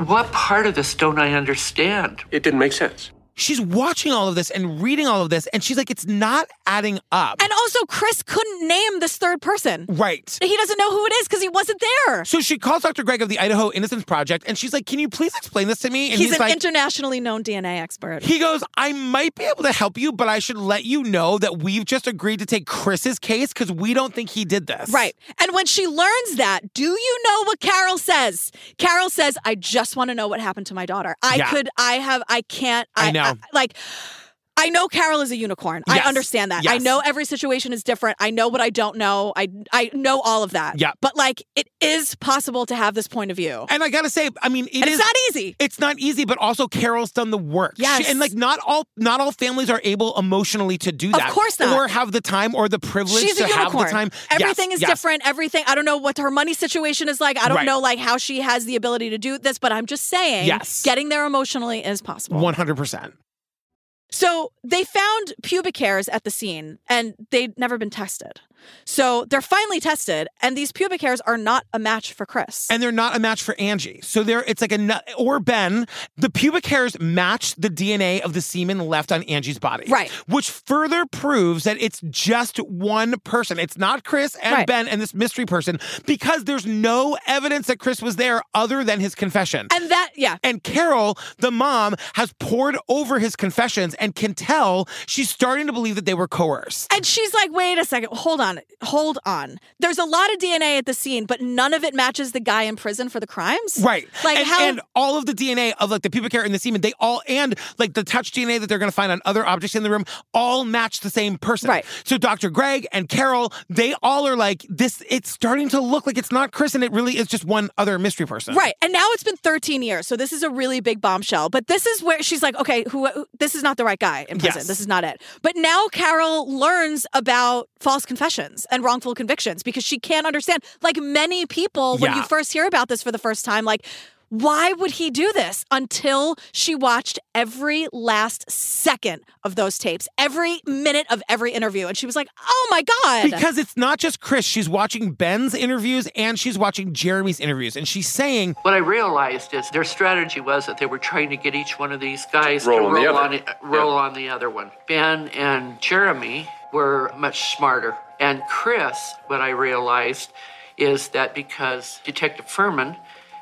Speaker 13: what part of this don't I understand?
Speaker 5: It didn't make sense.
Speaker 1: she's watching all of this and reading all of this, and she's like, it's not adding up.
Speaker 2: And also, Chris couldn't name this third person.
Speaker 1: Right.
Speaker 2: He doesn't know who it is because he wasn't there.
Speaker 1: So she calls Dr. Greg of the Idaho Innocence Project, and she's like, can you please explain this to me? And
Speaker 2: he's, an
Speaker 1: like,
Speaker 2: internationally known DNA expert.
Speaker 1: He goes, I might be able to help you, but I should let you know that we've just agreed to take Chris's case because we don't think he did this.
Speaker 2: Right. And when she learns that, do you know what Carol says? Carol says, I just want to know what happened to my daughter. I
Speaker 1: Yeah.
Speaker 2: could, I have, I can't,
Speaker 1: I
Speaker 2: I,
Speaker 1: know.
Speaker 2: like, I know Carol is a unicorn.
Speaker 1: Yes.
Speaker 2: I understand that. I
Speaker 1: Yes.
Speaker 2: know every situation is different. I know what I don't know. I I know all of that.
Speaker 1: Yeah.
Speaker 2: But like it is possible to have this point of view.
Speaker 1: And I gotta say, I mean, it
Speaker 2: And
Speaker 1: is-
Speaker 2: it's not easy.
Speaker 1: It's not easy, but also Carol's done the work.
Speaker 2: Yes.
Speaker 1: and like not all not all families are able emotionally to do
Speaker 2: Of
Speaker 1: that,
Speaker 2: course not.
Speaker 1: or have the time or the privilege
Speaker 2: She's
Speaker 1: to
Speaker 2: a
Speaker 1: have
Speaker 2: unicorn.
Speaker 1: the time. Yes,
Speaker 2: Everything is
Speaker 1: yes.
Speaker 2: different. Everything. I don't know what her money situation is like. I don't
Speaker 1: Right.
Speaker 2: know like how she has the ability to do this, but I'm just saying
Speaker 1: Yes.
Speaker 2: getting there emotionally is possible.
Speaker 1: One hundred percent.
Speaker 2: So they found pubic hairs at the scene and they'd never been tested. So they're finally tested and these pubic hairs are not a match for Chris.
Speaker 1: And they're not a match for Angie. So there, it's like a nu- or Ben. The pubic hairs match the DNA of the semen left on Angie's body,
Speaker 2: Right.
Speaker 1: Which further proves that it's just one person. It's not Chris and
Speaker 2: Right.
Speaker 1: Ben and this mystery person because there's no evidence that Chris was there other than his confession.
Speaker 2: And that yeah.
Speaker 1: And Carol, the mom, has poured over his confessions and can tell she's starting to believe that they were coerced.
Speaker 2: And she's like, wait a second, hold on, hold on. There's a lot of DNA at the scene, but none of it matches the guy in prison for the crimes.
Speaker 1: Right.
Speaker 2: Like
Speaker 1: and,
Speaker 2: how
Speaker 1: and all of the DNA of like the pubic hair and the semen, they all and like the touch DNA that they're gonna find on other objects in the room all match the same person.
Speaker 2: Right.
Speaker 1: So Dr. Greg and Carol, they all are like, this it's starting to look like it's not Chris and it really is just one other mystery person.
Speaker 2: Right. And now it's been 13 years. So this is a really big bombshell. But this is where she's like, okay, who, who- this is not the right guy in prison.
Speaker 1: Yes.
Speaker 2: This is not it. But now Carol learns about false confessions and wrongful convictions because she can't understand. Like many people, when
Speaker 1: Yeah.
Speaker 2: you first hear about this for the first time, like, why would he do this until she watched every last second of those tapes, every minute of every interview? And she was like, oh my God.
Speaker 1: Because it's not just Chris. She's watching Ben's interviews and she's watching Jeremy's interviews. And she's saying,
Speaker 13: What I realized is their strategy was that they were trying to get each one of these guys
Speaker 5: Roll
Speaker 13: to
Speaker 5: on the
Speaker 13: roll,
Speaker 5: other.
Speaker 13: on, it- roll on the other one. Ben and Jeremy were much smarter. And Chris, what I realized is that because Detective Furman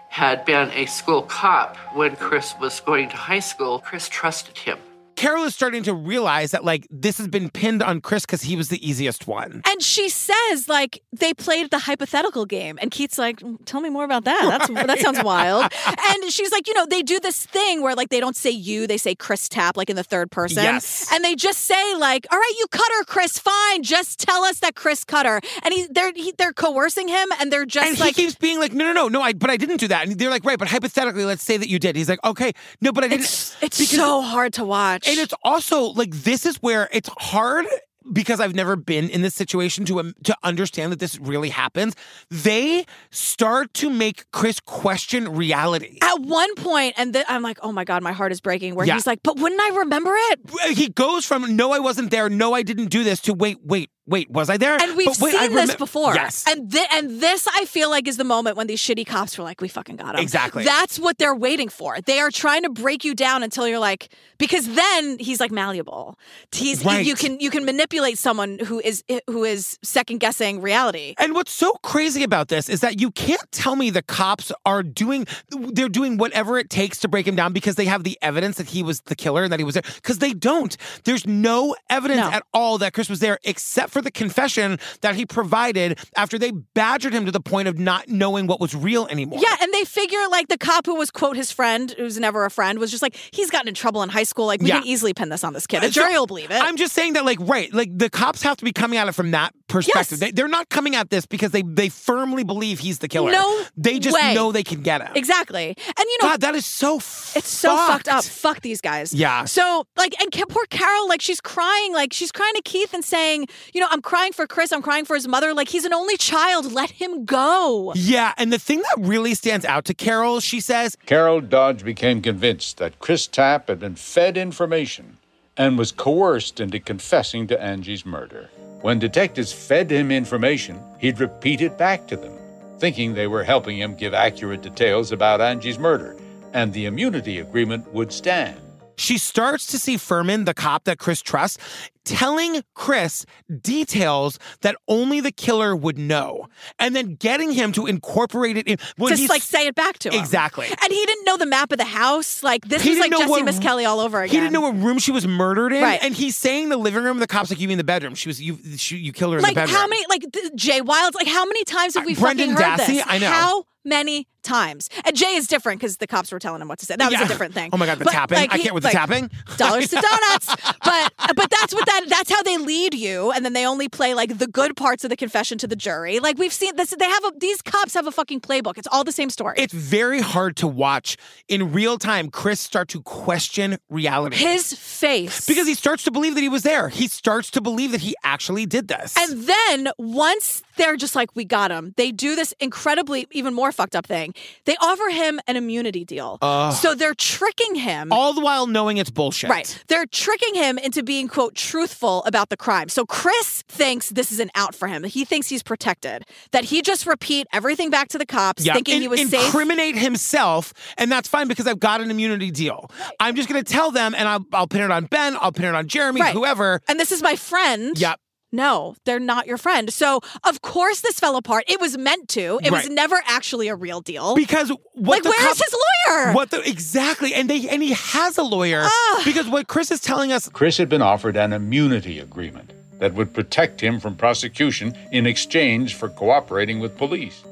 Speaker 13: had been a school cop when Chris was going to high school, Chris trusted him.
Speaker 1: Carol is starting to realize that like this has been pinned on Chris because he was the easiest one.
Speaker 2: And she says, like, they played the hypothetical game. And Keith's like, "Mm, tell me more about that. That's that sounds wild. And she's like, you know, they do this thing where like they don't say you, they say Chris Tap, like in the third person.
Speaker 1: Yes.
Speaker 2: And they just say, like, all right, you cut her, Chris, fine. Just tell us that Chris cut her. And he they're he, they're coercing him and they're just
Speaker 1: And
Speaker 2: like
Speaker 1: he keeps being like, no, no, no, no, I, but I didn't do that. And they're like, right, but hypothetically, let's say that you did. He's like, okay, no, but I didn't.
Speaker 2: it's it's so hard to watch.
Speaker 1: And it's also like this is where it's hard because I've never been in this situation to um, to understand that this really happens. They start to make Chris question reality.
Speaker 2: at one point, and th- I'm like, oh my God, my heart is breaking. Where
Speaker 1: Yeah.
Speaker 2: he's like, but wouldn't I remember it?
Speaker 1: He goes from no, I wasn't there, no, I didn't do this, to wait, wait, wait, was I there?
Speaker 2: And we've
Speaker 1: But wait,
Speaker 2: seen
Speaker 1: I
Speaker 2: this
Speaker 1: remem-
Speaker 2: before.
Speaker 1: Yes,
Speaker 2: And thi- and this I feel like is the moment when these shitty cops were like, "We fucking got him."
Speaker 1: Exactly.
Speaker 2: That's what they're waiting for. They are trying to break you down until you're like, because then he's like malleable. He's
Speaker 1: Right.
Speaker 2: you can you can manipulate someone who is who is second guessing reality.
Speaker 1: And what's so crazy about this is that you can't tell me the cops are doing they're doing whatever it takes to break him down because they have the evidence that he was the killer and that he was there because they don't. There's no evidence
Speaker 2: No.
Speaker 1: at all that Chris was there except for the confession that he provided after they badgered him to the point of not knowing what was real anymore.
Speaker 2: Yeah, and they figure like the cop who was quote his friend, who's never a friend, was just like he's gotten in trouble in high school. Like we
Speaker 1: Yeah. Uh,
Speaker 2: can easily pin this on this kid. A
Speaker 1: So,
Speaker 2: jury will believe it.
Speaker 1: I'm just saying that, like, right, like the cops have to be coming at it from that perspective.
Speaker 2: Yes.
Speaker 1: They, they're not coming at this because they they firmly believe he's the killer.
Speaker 2: No
Speaker 1: they just
Speaker 2: way.
Speaker 1: know they can get him.
Speaker 2: exactly. And you know,
Speaker 1: God, that is so.
Speaker 2: It's so fucked up. Fuck these guys.
Speaker 1: Yeah.
Speaker 2: So like, and Ca- poor Carol, like she's crying, like she's crying to Keith and saying, you know, I'm crying for Chris, I'm crying for his mother. Like he's an only child. Let him go.
Speaker 1: Yeah, and the thing that really stands out to Carol, she says,
Speaker 3: Carol Dodge became convinced that Chris Tapp had been fed information and was coerced into confessing to Angie's murder. When detectives fed him information, he'd repeat it back to them, thinking they were helping him give accurate details about Angie's murder, and the immunity agreement would stand.
Speaker 1: She starts to see Furman, the cop that Chris trusts, telling Chris details that only the killer would know, and then getting him to incorporate it in.
Speaker 2: Just like say it back to him.
Speaker 1: Exactly.
Speaker 2: And he didn't know the map of the house. Like this
Speaker 1: He
Speaker 2: is
Speaker 1: didn't
Speaker 2: like
Speaker 1: know
Speaker 2: Jesse
Speaker 1: what-
Speaker 2: Miss Kelly all over again.
Speaker 1: He didn't know what room she was murdered in,
Speaker 2: Right.
Speaker 1: and he's saying the living room. The cops like, "You mean the bedroom? She was you. She, you killed her in
Speaker 2: like
Speaker 1: the bedroom."
Speaker 2: how many like th- Jay Wilds like how many times have we
Speaker 1: Brendan
Speaker 2: fucking heard
Speaker 1: Dassey?
Speaker 2: this?
Speaker 1: I know.
Speaker 2: how many times. And Jay is different because the cops were telling him what to say. That was
Speaker 1: Yeah.
Speaker 2: a different thing.
Speaker 1: Oh my God, the
Speaker 2: But,
Speaker 1: tapping.
Speaker 2: like,
Speaker 1: I
Speaker 2: he-
Speaker 1: can't with the
Speaker 2: like,
Speaker 1: tapping.
Speaker 2: Dollars to donuts. But but that's what that that's how they lead you, and then they only play like the good parts of the confession to the jury. Like we've seen this. They have a these cops have a fucking playbook. It's all the same story.
Speaker 1: It's very hard to watch in real time. Chris start to question reality
Speaker 2: His face.
Speaker 1: because he starts to believe that he was there. He starts to believe that he actually did this.
Speaker 2: And then once they're just like, we got him, they do this incredibly, even more fucked up thing. They offer him an immunity deal.
Speaker 1: Ugh.
Speaker 2: so they're tricking him.
Speaker 1: all the while knowing it's bullshit.
Speaker 2: Right. They're tricking him into being, quote, truthful about the crime. So Chris thinks this is an out for him. He thinks he's protected, that he just repeat everything back to the cops,
Speaker 1: Yeah.
Speaker 2: thinking
Speaker 1: In-
Speaker 2: he was safe.
Speaker 1: incriminate himself, and that's fine because I've got an immunity deal. I'm just going to tell them, and I'll, I'll pin it on Ben. I'll pin it on Jeremy,
Speaker 2: Right.
Speaker 1: whoever.
Speaker 2: And this is my friend.
Speaker 1: Yep.
Speaker 2: No, they're not your friend. So, of course, this fell apart. It was meant to. It
Speaker 1: Right.
Speaker 2: was never actually a real deal.
Speaker 1: Because what
Speaker 2: Like,
Speaker 1: the
Speaker 2: where is
Speaker 1: cop-
Speaker 2: his lawyer?
Speaker 1: What the exactly? And they and he has a lawyer because what Chris is telling us.
Speaker 3: Chris had been offered an immunity agreement that would protect him from prosecution in exchange for cooperating with police,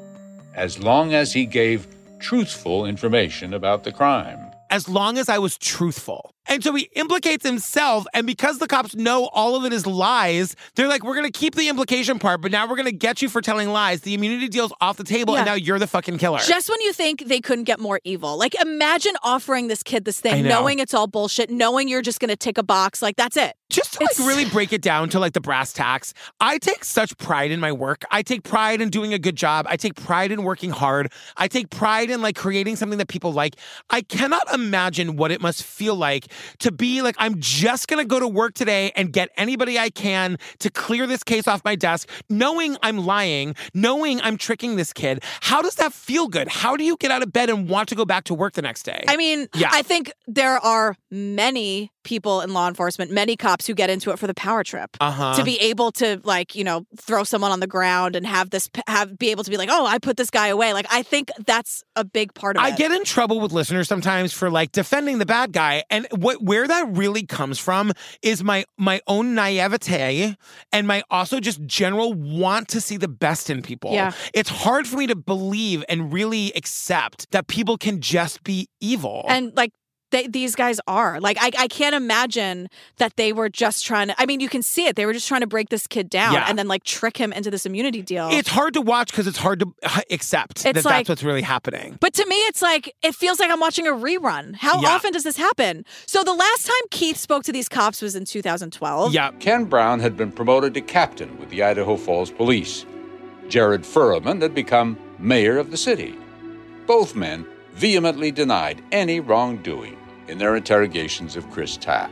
Speaker 3: as long as he gave truthful information about the crime.
Speaker 1: As long as I was truthful. And so he implicates himself. And because the cops know all of it is lies, they're like, we're going to keep the implication part, but now we're going to get you for telling lies. The immunity deal's off the table, and
Speaker 2: Yeah.
Speaker 1: now you're the fucking killer.
Speaker 2: Just when you think they couldn't get more evil. Like, imagine offering this kid this
Speaker 1: I
Speaker 2: thing,
Speaker 1: know.
Speaker 2: knowing it's all bullshit, knowing you're just going to tick a box. Like, that's it.
Speaker 1: just to like really break it down to like the brass tacks, I take such pride in my work. I take pride in doing a good job. I take pride in working hard. I take pride in like creating something that people like. I cannot imagine what it must feel like to be like, I'm just gonna go to work today and get anybody I can to clear this case off my desk, knowing I'm lying, knowing I'm tricking this kid. How does that feel good? How do you get out of bed and want to go back to work the next day?
Speaker 2: I mean,
Speaker 1: Yeah.
Speaker 2: I think there are many people in law enforcement, many cops who get into it for the power trip.
Speaker 1: Uh-huh.
Speaker 2: To be able to like, you know, throw someone on the ground and have this have be able to be like, "Oh, I put this guy away." Like, I think that's a big part of
Speaker 1: I
Speaker 2: it.
Speaker 1: get in trouble with listeners sometimes for like defending the bad guy, and what where that really comes from is my my own naivete and my also just general want to see the best in people.
Speaker 2: Yeah.
Speaker 1: it's hard for me to believe and really accept that people can just be evil.
Speaker 2: And like they, these guys are. Like I, I can't imagine that they were just trying to I mean, you can see it. They were just trying to break this kid down
Speaker 1: Yeah.
Speaker 2: and then like trick him into this immunity deal.
Speaker 1: it's hard to watch because it's hard to uh, accept that
Speaker 2: like-
Speaker 1: that's what's really happening.
Speaker 2: but to me, it's like it feels like I'm watching a rerun. How
Speaker 1: Yeah.
Speaker 2: often does this happen? So the last time Keith spoke to these cops was in 2012.
Speaker 1: Yeah.
Speaker 3: Ken Brown had been promoted to captain with the Idaho Falls Police. Jared Furman had become mayor of the city. Both men vehemently denied any wrongdoing in their interrogations of Chris Tapp.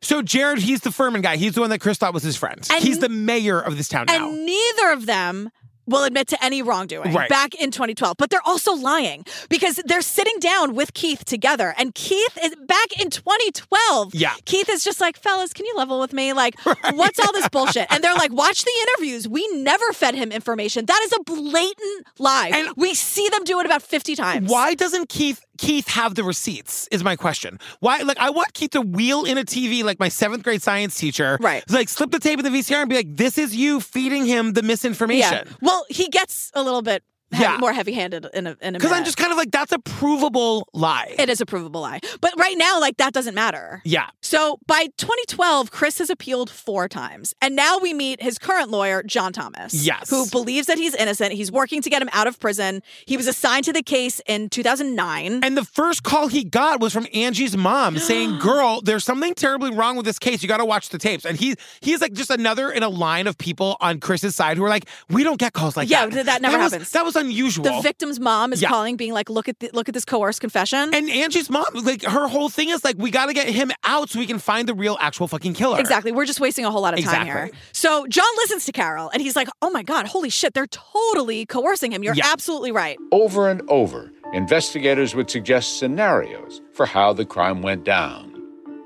Speaker 1: So Jared, he's the Furman guy. He's the one that Chris thought was his friend.
Speaker 2: And-
Speaker 1: he's the mayor of this town now.
Speaker 2: And neither of them will admit to any wrongdoing
Speaker 1: Right.
Speaker 2: back in 2012. But they're also lying because they're sitting down with Keith together. And Keith is back in 2012.
Speaker 1: Yeah.
Speaker 2: Keith is just like, fellas, can you level with me? Like, what's all this bullshit? And they're like, watch the interviews. We never fed him information. That is a blatant lie.
Speaker 1: And-
Speaker 2: we see them do it about 50 times.
Speaker 1: Why doesn't Keith Keith have the receipts? Is my question. Why? Like, I want Keith to wheel in a TV like my seventh grade science teacher.
Speaker 2: Right.
Speaker 1: Like, slip the tape in the VCR and be like, "This is you feeding him the misinformation."
Speaker 2: Well, he gets a little bit he-
Speaker 1: Yeah.
Speaker 2: more heavy-handed in a in a
Speaker 1: Because I'm
Speaker 2: minute.
Speaker 1: just kind of like, that's a provable lie.
Speaker 2: it is a provable lie. But right now, like that doesn't matter.
Speaker 1: yeah.
Speaker 2: So by 2012, Chris has appealed four times. And now we meet his current lawyer, John Thomas.
Speaker 1: Yes.
Speaker 2: Who believes that he's innocent. He's working to get him out of prison. He was assigned to the case in 2009.
Speaker 1: And the first call he got was from Angie's mom saying, "Girl, there's something terribly wrong with this case. You got to watch the tapes." And he he's like just another in a line of people on Chris's side who are like, "We don't get calls like
Speaker 2: Yeah,
Speaker 1: that.
Speaker 2: th- that never
Speaker 1: was-
Speaker 2: happens.
Speaker 1: That was unusual."
Speaker 2: the victim's mom is
Speaker 1: Yeah.
Speaker 2: calling, being like, look at the, look at this coerced confession.
Speaker 1: And Angie's mom, like her whole thing is like, we got to get him out so we can find the real, actual fucking killer.
Speaker 2: Exactly. We're just wasting a whole lot of time
Speaker 1: Exactly.
Speaker 2: here. So John listens to Carol and he's like, oh my God, holy shit, they're totally coercing him. You're
Speaker 3: Yeah.
Speaker 2: absolutely right.
Speaker 3: Over and over, investigators would suggest scenarios for how the crime went down.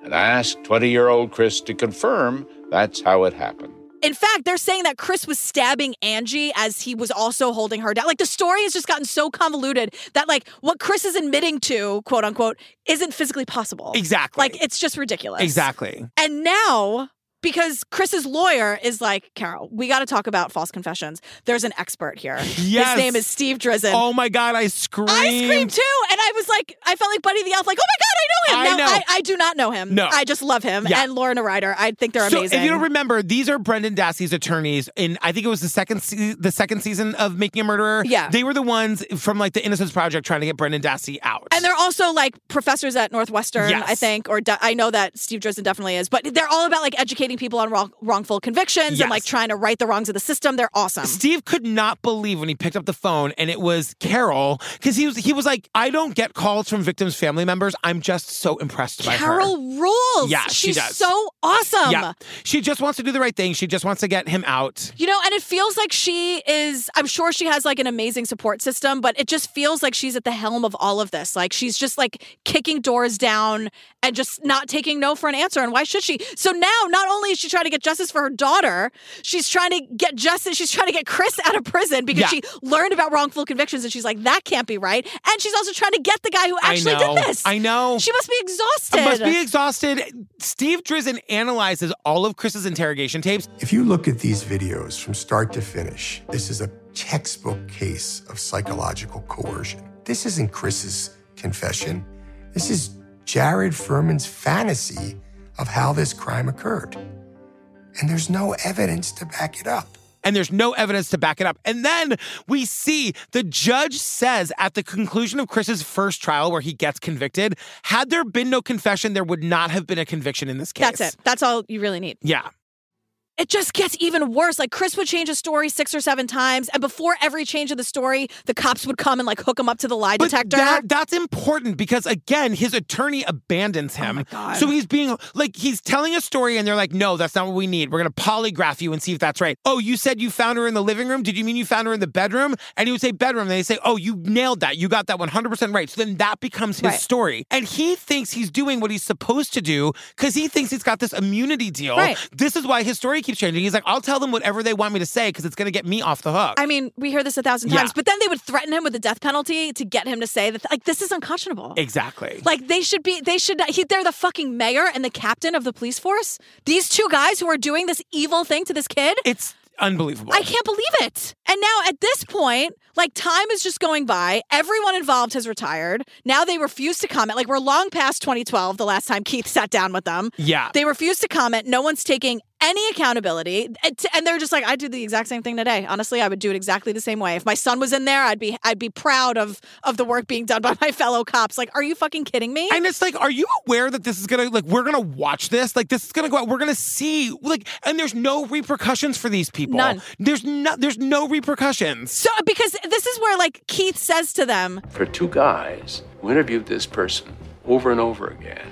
Speaker 3: and asked 20 year old Chris to confirm that's how it happened.
Speaker 2: In fact, they're saying that Chris was stabbing Angie as he was also holding her down. Like the story has just gotten so convoluted that like what Chris is admitting to, quote unquote, isn't physically possible.
Speaker 1: Exactly.
Speaker 2: Like it's just ridiculous.
Speaker 1: Exactly.
Speaker 2: And now because Chris's lawyer is like, Carol, we got to talk about false confessions. There's an expert here.
Speaker 1: Yes.
Speaker 2: His name is Steve Drizzen.
Speaker 1: Oh my God, I screamed.
Speaker 2: I screamed too. And I was like, I felt like Buddy the Elf, like, oh my God, I know him.
Speaker 1: I
Speaker 2: now,
Speaker 1: know.
Speaker 2: I, I do not know him.
Speaker 1: No.
Speaker 2: I just love him.
Speaker 1: Yeah.
Speaker 2: And Lorna Ryder, I think they're
Speaker 1: So
Speaker 2: amazing.
Speaker 1: if you don't remember, these are Brendan Dassey's attorneys in I think it was the second se- the second season of Making a Murderer.
Speaker 2: Yeah.
Speaker 1: they were the ones from like the Innocence Project trying to get Brendan Dassey out.
Speaker 2: and they're also like professors at Northwestern,
Speaker 1: Yes.
Speaker 2: I think, or de- I know that Steve Drizzen definitely is, but they're all about like educating people on wrong- wrongful convictions
Speaker 1: Yes.
Speaker 2: and like trying to right the wrongs of the system. They're awesome.
Speaker 1: Steve could not believe when he picked up the phone and it was Carol because he was he was like, I don't get calls from victims' family members. I'm just so impressed by her.
Speaker 2: Carol rules.
Speaker 1: Yeah, she
Speaker 2: She's
Speaker 1: does.
Speaker 2: so awesome.
Speaker 1: Yeah, she just wants to do the right thing. She just wants to get him out.
Speaker 2: You know, and it feels like she is, I'm sure she has like an amazing support system, but it just feels like she's at the helm of all of this. Like she's just like kicking doors down and just not taking no for an answer. And why should she? So now, not only is she trying to get justice for her daughter, she's trying to get justice. She's trying to get Chris out of prison because
Speaker 1: Yeah.
Speaker 2: she learned about wrongful convictions and she's like, that can't be right. And she's also trying to get the guy who actually
Speaker 1: I know.
Speaker 2: did this.
Speaker 1: I know.
Speaker 2: She must be exhausted.
Speaker 1: Must be exhausted. Steve Drizzen analyzes all of Chris's interrogation tapes.
Speaker 10: If you look at these videos from start to finish, this is a textbook case of psychological coercion. This isn't Chris's confession. This is Jared Furman's fantasy of how this crime occurred. And there's no evidence to back it up.
Speaker 1: and there's no evidence to back it up. And then we see the judge says at the conclusion of Chris's first trial, where he gets convicted, had there been no confession, there would not have been a conviction in this case.
Speaker 2: That's it. That's all you really need.
Speaker 1: Yeah.
Speaker 2: it just gets even worse. Like Chris would change his story six or seven times, and before every change of the story, the cops would come and like hook him up to the lie detector.
Speaker 1: That, that's important because again, his attorney abandons
Speaker 2: Oh
Speaker 1: him. So he's being like he's telling a story, and they're like, "No, that's not what we need. We're gonna polygraph you and see if that's right." Oh, you said you found her in the living room. Did you mean you found her in the bedroom? And he would say bedroom. And they say, "Oh, you nailed that. You got that one hundred percent right." So then that becomes his
Speaker 2: Right.
Speaker 1: story, and he thinks he's doing what he's supposed to do because he thinks he's got this immunity deal.
Speaker 2: Right.
Speaker 1: This is why his story keeps changing. He's like, "I'll tell them whatever they want me to say because it's gonna get me off the hook."
Speaker 2: I mean, we hear this a thousand
Speaker 1: Yeah.
Speaker 2: times, but then they would threaten him with the death penalty to get him to say that, like, this is unconscionable.
Speaker 1: exactly.
Speaker 2: Like, they should be, they should, he, they're the fucking mayor and the captain of the police force. These two guys who are doing this evil thing to this kid.
Speaker 1: it's unbelievable.
Speaker 2: I can't believe it. And now at this point, like time is just going by. Everyone involved has retired. Now they refuse to comment. Like we're long past 2012, the last time Keith sat down with them.
Speaker 1: Yeah.
Speaker 2: They refuse to comment. No one's taking any accountability. And t- And they're just like, I do the exact same thing today. Honestly, I would do it exactly the same way. If my son was in there, I'd be I'd be proud of of the work being done by my fellow cops. Like, are you fucking kidding me?
Speaker 1: And it's like, are you aware that this is gonna like we're gonna watch this? Like this is gonna go out. We're gonna see like, and there's no repercussions for these people.
Speaker 2: None.
Speaker 1: There's no there's no repercussions.
Speaker 2: so because this is where like Keith says to them,
Speaker 5: For two guys who interviewed this person over and over again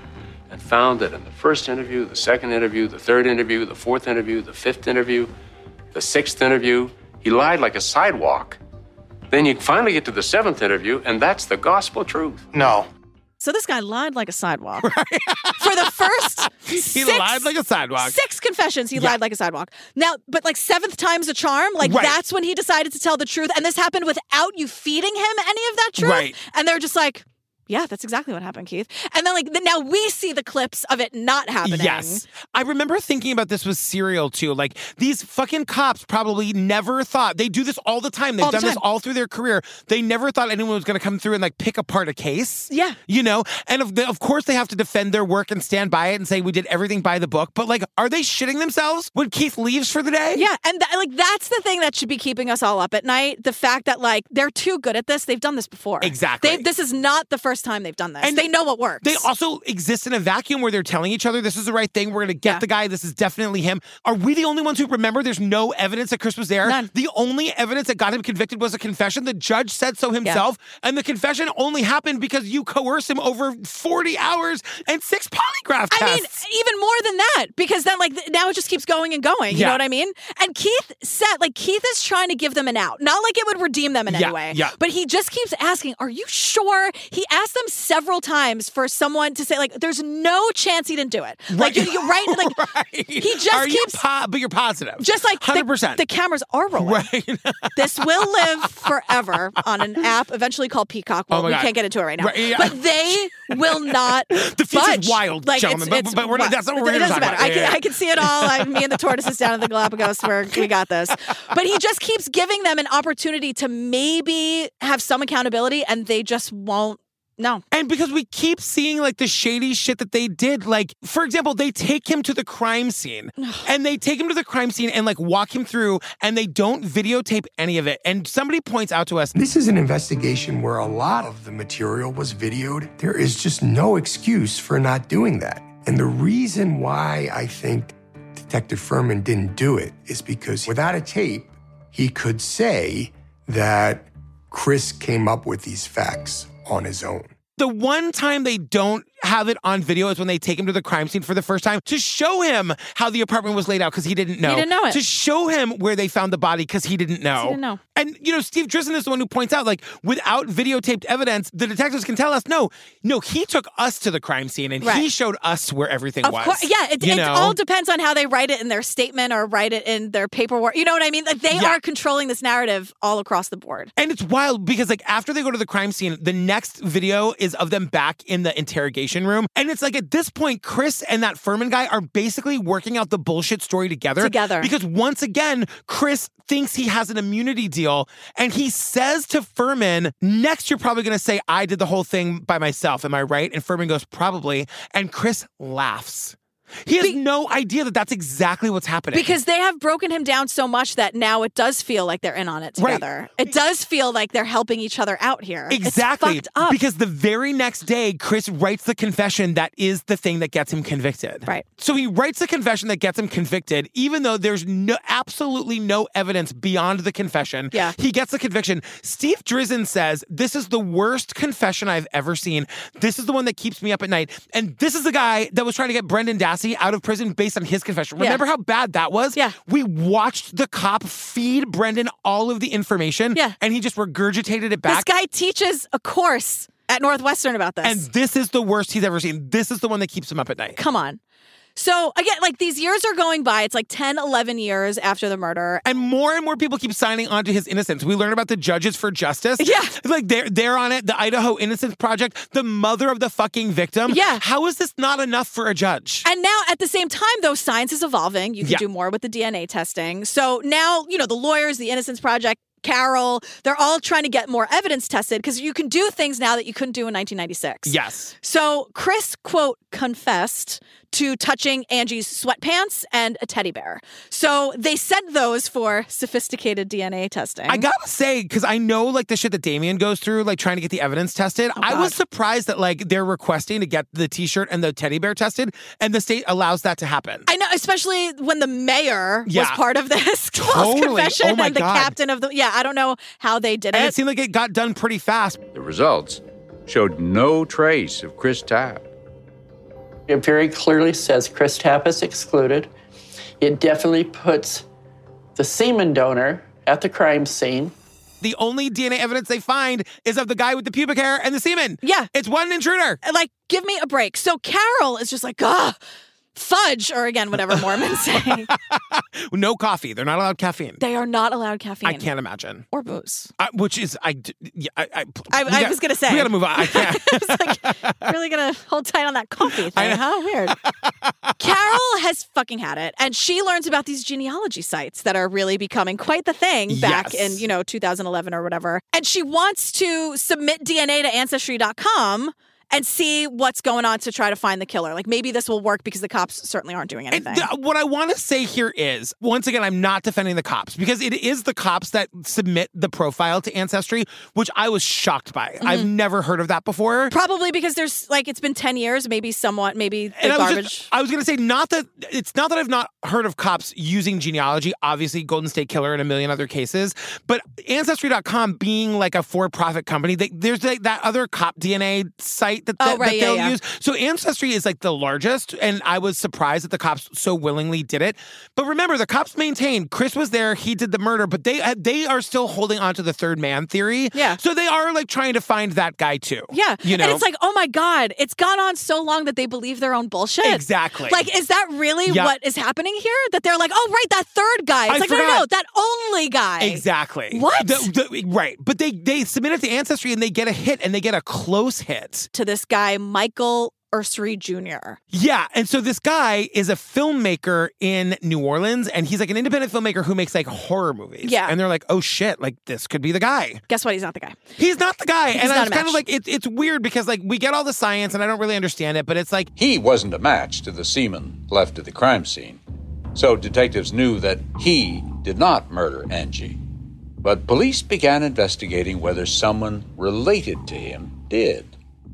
Speaker 5: and found that in the first interview, the second interview, the third interview, the fourth interview, the fifth interview, the sixth interview, he lied like a sidewalk. Then you finally get to the seventh interview, and that's the gospel truth.
Speaker 11: No.
Speaker 2: so this guy lied like a sidewalk. For the first
Speaker 1: he
Speaker 2: six-
Speaker 1: lied like a sidewalk.
Speaker 2: Six confessions. He lied like a sidewalk. Now, but like seventh time's a charm. Like
Speaker 1: Right.
Speaker 2: that's when he decided to tell the truth. And this happened without you feeding him any of that truth.
Speaker 1: Right.
Speaker 2: And they're just like, yeah, that's exactly what happened, Keith. And then like th- now we see the clips of it not happening.
Speaker 1: Yes. I remember thinking about this with serial too. Like these fucking cops probably never thought they do this all the time. They've
Speaker 2: All the
Speaker 1: done this
Speaker 2: time.
Speaker 1: all through their career. They never thought anyone was gonna come through and like pick apart a case.
Speaker 2: Yeah.
Speaker 1: You know? And of, the, of course they have to defend their work and stand by it and say we did everything by the book. But like, are they shitting themselves when Keith leaves for the day?
Speaker 2: Yeah, and th- like that's the thing that should be keeping us all up at night. The fact that like they're too good at this. They've done this before.
Speaker 1: Exactly.
Speaker 2: They, this is not the first time they've done this.
Speaker 1: And
Speaker 2: they know what works.
Speaker 1: They also exist in a vacuum where they're telling each other this is the right thing. We're going to get the guy. This is definitely him. Are we the only ones who remember there's no evidence that Chris was there?
Speaker 2: None.
Speaker 1: The only evidence that got him convicted was a confession. The judge said so himself. And the confession only happened because you coerced him over 40 hours and six polygraph tests.
Speaker 2: I mean, even more than that, because then like th- now it just keeps going and going. You
Speaker 1: Yeah.
Speaker 2: know what I mean? And Keith said, like Keith is trying to give them an out, not like it would redeem them in
Speaker 1: Yeah,
Speaker 2: any way.
Speaker 1: yeah.
Speaker 2: But he just keeps asking, "Are you sure?" He asked asked them several times for someone to say like, "There's no chance he didn't do it." Like you, you right, like he just
Speaker 1: Are you
Speaker 2: keeps.
Speaker 1: po- but you're positive.
Speaker 2: Just like the-
Speaker 1: 100%.
Speaker 2: The, cameras are rolling.
Speaker 1: Right.
Speaker 2: this will live forever on an app eventually called Peacock. Well,
Speaker 1: Oh my
Speaker 2: we
Speaker 1: God.
Speaker 2: can't get into it right now.
Speaker 1: Right, yeah.
Speaker 2: But they will not. the
Speaker 1: future's wild, gentlemen, but- but we're not- that's not what we're
Speaker 2: It
Speaker 1: here to
Speaker 2: doesn't
Speaker 1: talk
Speaker 2: matter.
Speaker 1: about.
Speaker 2: I,
Speaker 1: Yeah,
Speaker 2: can,
Speaker 1: yeah.
Speaker 2: I can see it all. I, me and the tortoises down in the Galapagos. We're, we got this. But he just keeps giving them an opportunity to maybe have some accountability, and they just won't. No.
Speaker 1: And because we keep seeing like the shady shit that they did. Like, for example, they take him to the crime scene and they take him to the crime scene and like walk him through and they don't videotape any of it. And somebody points out to us
Speaker 10: This is an investigation where a lot of the material was videoed. There is just no excuse for not doing that. And the reason why I think Detective Furman didn't do it is because without a tape, he could say that Chris came up with these facts on his own.
Speaker 1: The one time they don't have it on video is when they take him to the crime scene for the first time to show him how the apartment was laid out because he didn't know.
Speaker 2: didn't know it.
Speaker 1: To show him where they found the body because he didn't know.
Speaker 2: didn't know.
Speaker 1: And you know, Steve Drisden is the one who points out like without videotaped evidence, the detectives can tell us no, no, he took us to the crime scene and he
Speaker 2: Right.
Speaker 1: showed us where everything
Speaker 2: Of
Speaker 1: was.
Speaker 2: course, yeah. It,
Speaker 1: You
Speaker 2: it
Speaker 1: know?
Speaker 2: all depends on how they write it in their statement or write it in their paperwork. You know what I mean? Like they
Speaker 1: Yeah.
Speaker 2: are controlling this narrative all across the board.
Speaker 1: And it's wild because like after they go to the crime scene, the next video is of them back in the interrogation room. And it's like at this point, Chris and that Furman guy are basically working out the bullshit story together.
Speaker 2: Together.
Speaker 1: Because once again, Chris thinks he has an immunity deal and he says to Furman, next you're probably gonna say, I did the whole thing by myself. Am I right? And Furman goes, probably. And Chris laughs. He has no idea that that's exactly what's happening.
Speaker 2: Because they have broken him down so much that now it does feel like they're in on it
Speaker 1: Right.
Speaker 2: together. It does feel like they're helping each other out here. It's
Speaker 1: Exactly.
Speaker 2: fucked up.
Speaker 1: Because the very next day, Chris writes the confession that is the thing that gets him convicted.
Speaker 2: Right.
Speaker 1: So he writes the confession that gets him convicted, even though there's no absolutely no evidence beyond the confession.
Speaker 2: Yeah.
Speaker 1: He gets the conviction. Steve Drizin says, This is the worst confession I've ever seen. This is the one that keeps me up at night. And this is the guy that was trying to get Brendan Dassey out of prison based on his confession.
Speaker 2: Yeah.
Speaker 1: Remember how bad that was? Yeah. We watched the cop feed Brendan all of the information. Yeah. And he just regurgitated it
Speaker 2: this
Speaker 1: back.
Speaker 2: guy teaches a course at Northwestern about this.
Speaker 1: And this is the worst he's ever seen. This is the one that keeps him up at night.
Speaker 2: Come on. So again, like these years are going by. It's like 10, 11 years after the murder.
Speaker 1: And more and more people keep signing on to his innocence. We learn about the Judges for Justice.
Speaker 2: Yeah.
Speaker 1: Like they're they're on it, the Idaho Innocence Project, the mother of the fucking victim.
Speaker 2: Yeah.
Speaker 1: How is this not enough for a judge?
Speaker 2: And now at the same time, though, science is evolving. You can
Speaker 1: Yeah.
Speaker 2: do more with the DNA testing. So now, you know, the lawyers, the Innocence Project, Carol, they're all trying to get more evidence tested because you can do things now that you couldn't do in 1996.
Speaker 1: Yes.
Speaker 2: So Chris, quote, confessed to touching Angie's sweatpants and a teddy bear. So they sent those for sophisticated DNA testing.
Speaker 1: I gotta say, because I know like the shit that Damien goes through, like trying to get the evidence tested.
Speaker 2: Oh,
Speaker 1: I was surprised that like they're requesting to get the t-shirt and the teddy bear tested, and the state allows that to happen.
Speaker 2: I know, especially when the mayor was
Speaker 1: Yeah.
Speaker 2: part of this false
Speaker 1: Totally.
Speaker 2: confession
Speaker 1: Oh my
Speaker 2: and the
Speaker 1: God.
Speaker 2: captain of the. Yeah, I don't know how they did
Speaker 1: and
Speaker 2: it.
Speaker 1: it seemed like it got done pretty fast.
Speaker 3: The results showed no trace of Chris Tapp.
Speaker 13: It very clearly says Chris Tapp is excluded. It definitely puts the semen donor at the crime scene.
Speaker 1: The only DNA evidence they find is of the guy with the pubic hair and the semen.
Speaker 2: Yeah.
Speaker 1: It's one intruder.
Speaker 2: like give me a break so carol is just like ah fudge or again whatever mormons say
Speaker 1: No coffee. They're not allowed caffeine.
Speaker 2: they are not allowed caffeine
Speaker 1: I can't imagine.
Speaker 2: or booze
Speaker 1: I, which is I, d- yeah, I, I,
Speaker 2: I-
Speaker 1: we
Speaker 2: I was gonna say.
Speaker 1: we gotta move on. I can't.
Speaker 2: really gonna hold tight on that coffee thing huh weird carol has fucking had it and she learns about these genealogy sites that are really becoming quite the thing back
Speaker 1: Yes.
Speaker 2: in you know 2011 or whatever and she wants to submit dna to ancestry.com and see what's going on to try to find the killer like maybe this will work because the cops certainly aren't doing anything
Speaker 1: Th- what I want to say here is, once again, I'm not defending the cops because it is the cops that submit the profile to Ancestry, which I was shocked by. I've
Speaker 2: Mm-hmm.
Speaker 1: never heard of that before.
Speaker 2: Probably because there's like it's been ten years, maybe somewhat, maybe the
Speaker 1: and I was,
Speaker 2: garbage.
Speaker 1: just, uh, I was gonna say not that it's not that I've not heard of cops using genealogy, obviously Golden State Killer and a million other cases, but Ancestry.com being like a for-profit company, they, there's like that other cop DNA site right? That,
Speaker 2: Oh,
Speaker 1: that,
Speaker 2: right,
Speaker 1: that
Speaker 2: yeah,
Speaker 1: they'll
Speaker 2: yeah.
Speaker 1: use. So Ancestry is like the largest, and I was surprised that the cops so willingly did it. But remember, the cops maintained Chris was there, he did the murder, but they uh, they are still holding on to the third man theory.
Speaker 2: Yeah.
Speaker 1: So they are like trying to find that guy too.
Speaker 2: Yeah.
Speaker 1: You know,
Speaker 2: And it's like, oh my God, it's gone on so long that they believe their own bullshit.
Speaker 1: Exactly.
Speaker 2: Like, is that really
Speaker 1: Yeah.
Speaker 2: what is happening here? That they're like, oh, right, that third guy. It's
Speaker 1: I
Speaker 2: like, no, no, no,
Speaker 1: forgot.
Speaker 2: that only guy.
Speaker 1: Exactly.
Speaker 2: What?
Speaker 1: The- the- right. But they they submit it to Ancestry and they get a hit and they get a close hit.
Speaker 2: To this guy, Michael Ursery Jr.
Speaker 1: Yeah. And so this guy is a filmmaker in New Orleans and he's like an independent filmmaker who makes like horror movies.
Speaker 2: Yeah.
Speaker 1: And they're like, oh shit, like this could be the guy.
Speaker 2: Guess what? He's not the guy.
Speaker 1: He's not the guy.
Speaker 2: He's
Speaker 1: and
Speaker 2: not
Speaker 1: I
Speaker 2: a
Speaker 1: was kind of
Speaker 2: match.
Speaker 1: like, it, it's weird because like we get all the science and I don't really understand it, but it's like,
Speaker 3: He wasn't a match to the seaman left at the crime scene, so detectives knew that he did not murder Angie. But police began investigating whether someone related to him did.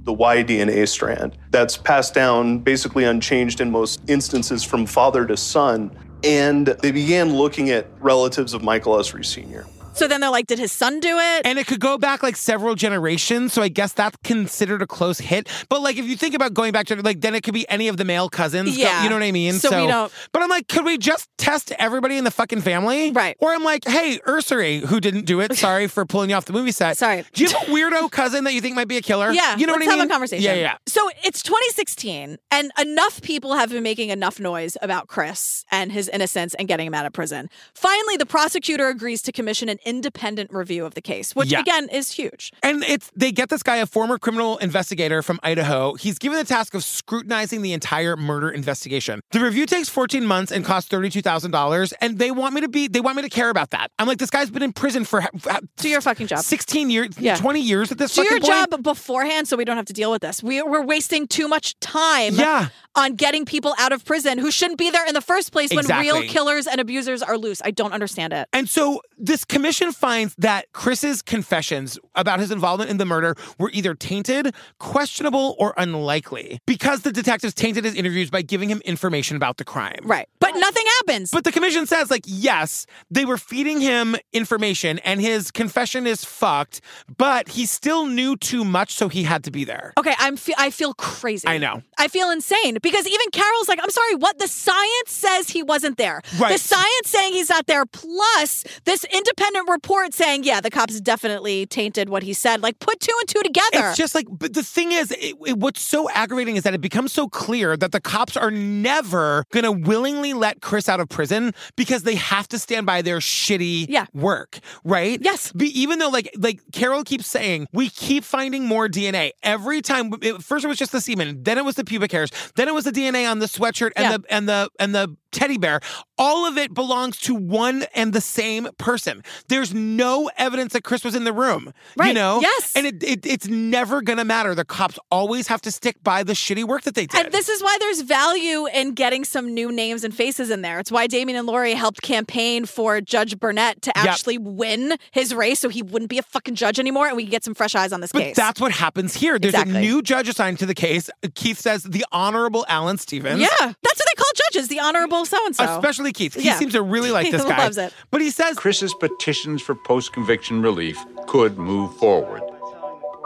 Speaker 11: the Y DNA strand that's passed down basically unchanged in most instances from father to son. And they began looking at relatives of Michael Usry Sr.
Speaker 2: So then they're like, did his son do it?
Speaker 1: And it could go back like several generations. So I guess that's considered a close hit. But like if you think about going back to like, then it could be any of the male cousins.
Speaker 2: Yeah.
Speaker 1: You know what I mean?
Speaker 2: So we don't-
Speaker 1: But I'm like, could we just test everybody in the fucking family? Right. Or I'm like, hey, Ursary, who didn't do it, sorry for pulling you off the movie set. Sorry. Do you have a weirdo cousin that you think might be a killer?
Speaker 2: Yeah.
Speaker 1: You know
Speaker 2: let's
Speaker 1: what I mean?
Speaker 2: have a conversation.
Speaker 1: Yeah, yeah.
Speaker 2: So it's 2016, and enough people have been making enough noise about Chris and his innocence and getting him out of prison. Finally, the prosecutor agrees to commission an independent review of the case, which
Speaker 1: Yeah.
Speaker 2: again is huge.
Speaker 1: And it's they get this guy, a former criminal investigator from Idaho. He's given the task of scrutinizing the entire murder investigation. The review takes 14 months and costs $32,000. And they want me to be, they want me to care about that. I'm like, this guy's been in prison for
Speaker 2: do your fucking job,
Speaker 1: 16 years,
Speaker 2: Yeah.
Speaker 1: 20 years at this
Speaker 2: do your
Speaker 1: fucking point.
Speaker 2: job beforehand so we don't have to deal with this. We, we're wasting too much time
Speaker 1: Yeah.
Speaker 2: on getting people out of prison who shouldn't be there in the first place when
Speaker 1: Exactly.
Speaker 2: real killers and abusers are loose. I don't understand it.
Speaker 1: And so this commission finds that Chris's confessions about his involvement in the murder were either tainted, questionable, or unlikely because the detectives tainted his interviews by giving him information about the crime.
Speaker 2: Right. But nothing happens.
Speaker 1: But the commission says, like, yes, they were feeding him information and his confession is fucked, but he still knew too much, so he had to be there.
Speaker 2: Okay, I'm fe- I feel crazy.
Speaker 1: I know.
Speaker 2: I feel insane because even Carol's like, I'm sorry, what? The science says he wasn't there.
Speaker 1: Right.
Speaker 2: The science saying he's not there, plus this independent report saying, yeah, the cops definitely tainted what he said. Like, put two and two together.
Speaker 1: It's just like, but the thing is, it, it- what's so aggravating is that it becomes so clear that the cops are never going to willingly let Chris out of prison because they have to stand by their shitty work, right? Yes. Be, even though, like, like Carol keeps saying, we keep finding more DNA every time. It, first, it was just the semen, then it was the pubic hairs, then it was the DNA on the sweatshirt and the and the and the teddy bear. All of it belongs to one and the same person. There's no evidence that Chris was in the room. You
Speaker 2: Right.
Speaker 1: know?
Speaker 2: Yes.
Speaker 1: And it, it, it's never going to matter. The cops always have to stick by the shitty work that they did.
Speaker 2: and this is why there's value in getting some new names and faces in there. It's why Damien and Lori helped campaign for Judge Burnett to
Speaker 1: Yep.
Speaker 2: actually win his race so he wouldn't be a fucking judge anymore and we could get some fresh eyes on this
Speaker 1: but
Speaker 2: case.
Speaker 1: that's what happens here. There's a
Speaker 2: Exactly.
Speaker 1: new judge assigned to the case. Keith says the Honorable Alan Stevens.
Speaker 2: yeah, that's what they call judges, the honorable so and so.
Speaker 1: Especially Keith. He
Speaker 2: Yeah.
Speaker 1: seems to really like
Speaker 2: He
Speaker 1: this guy.
Speaker 2: loves it.
Speaker 1: But he says
Speaker 3: Chris's petitions for post conviction relief could move forward.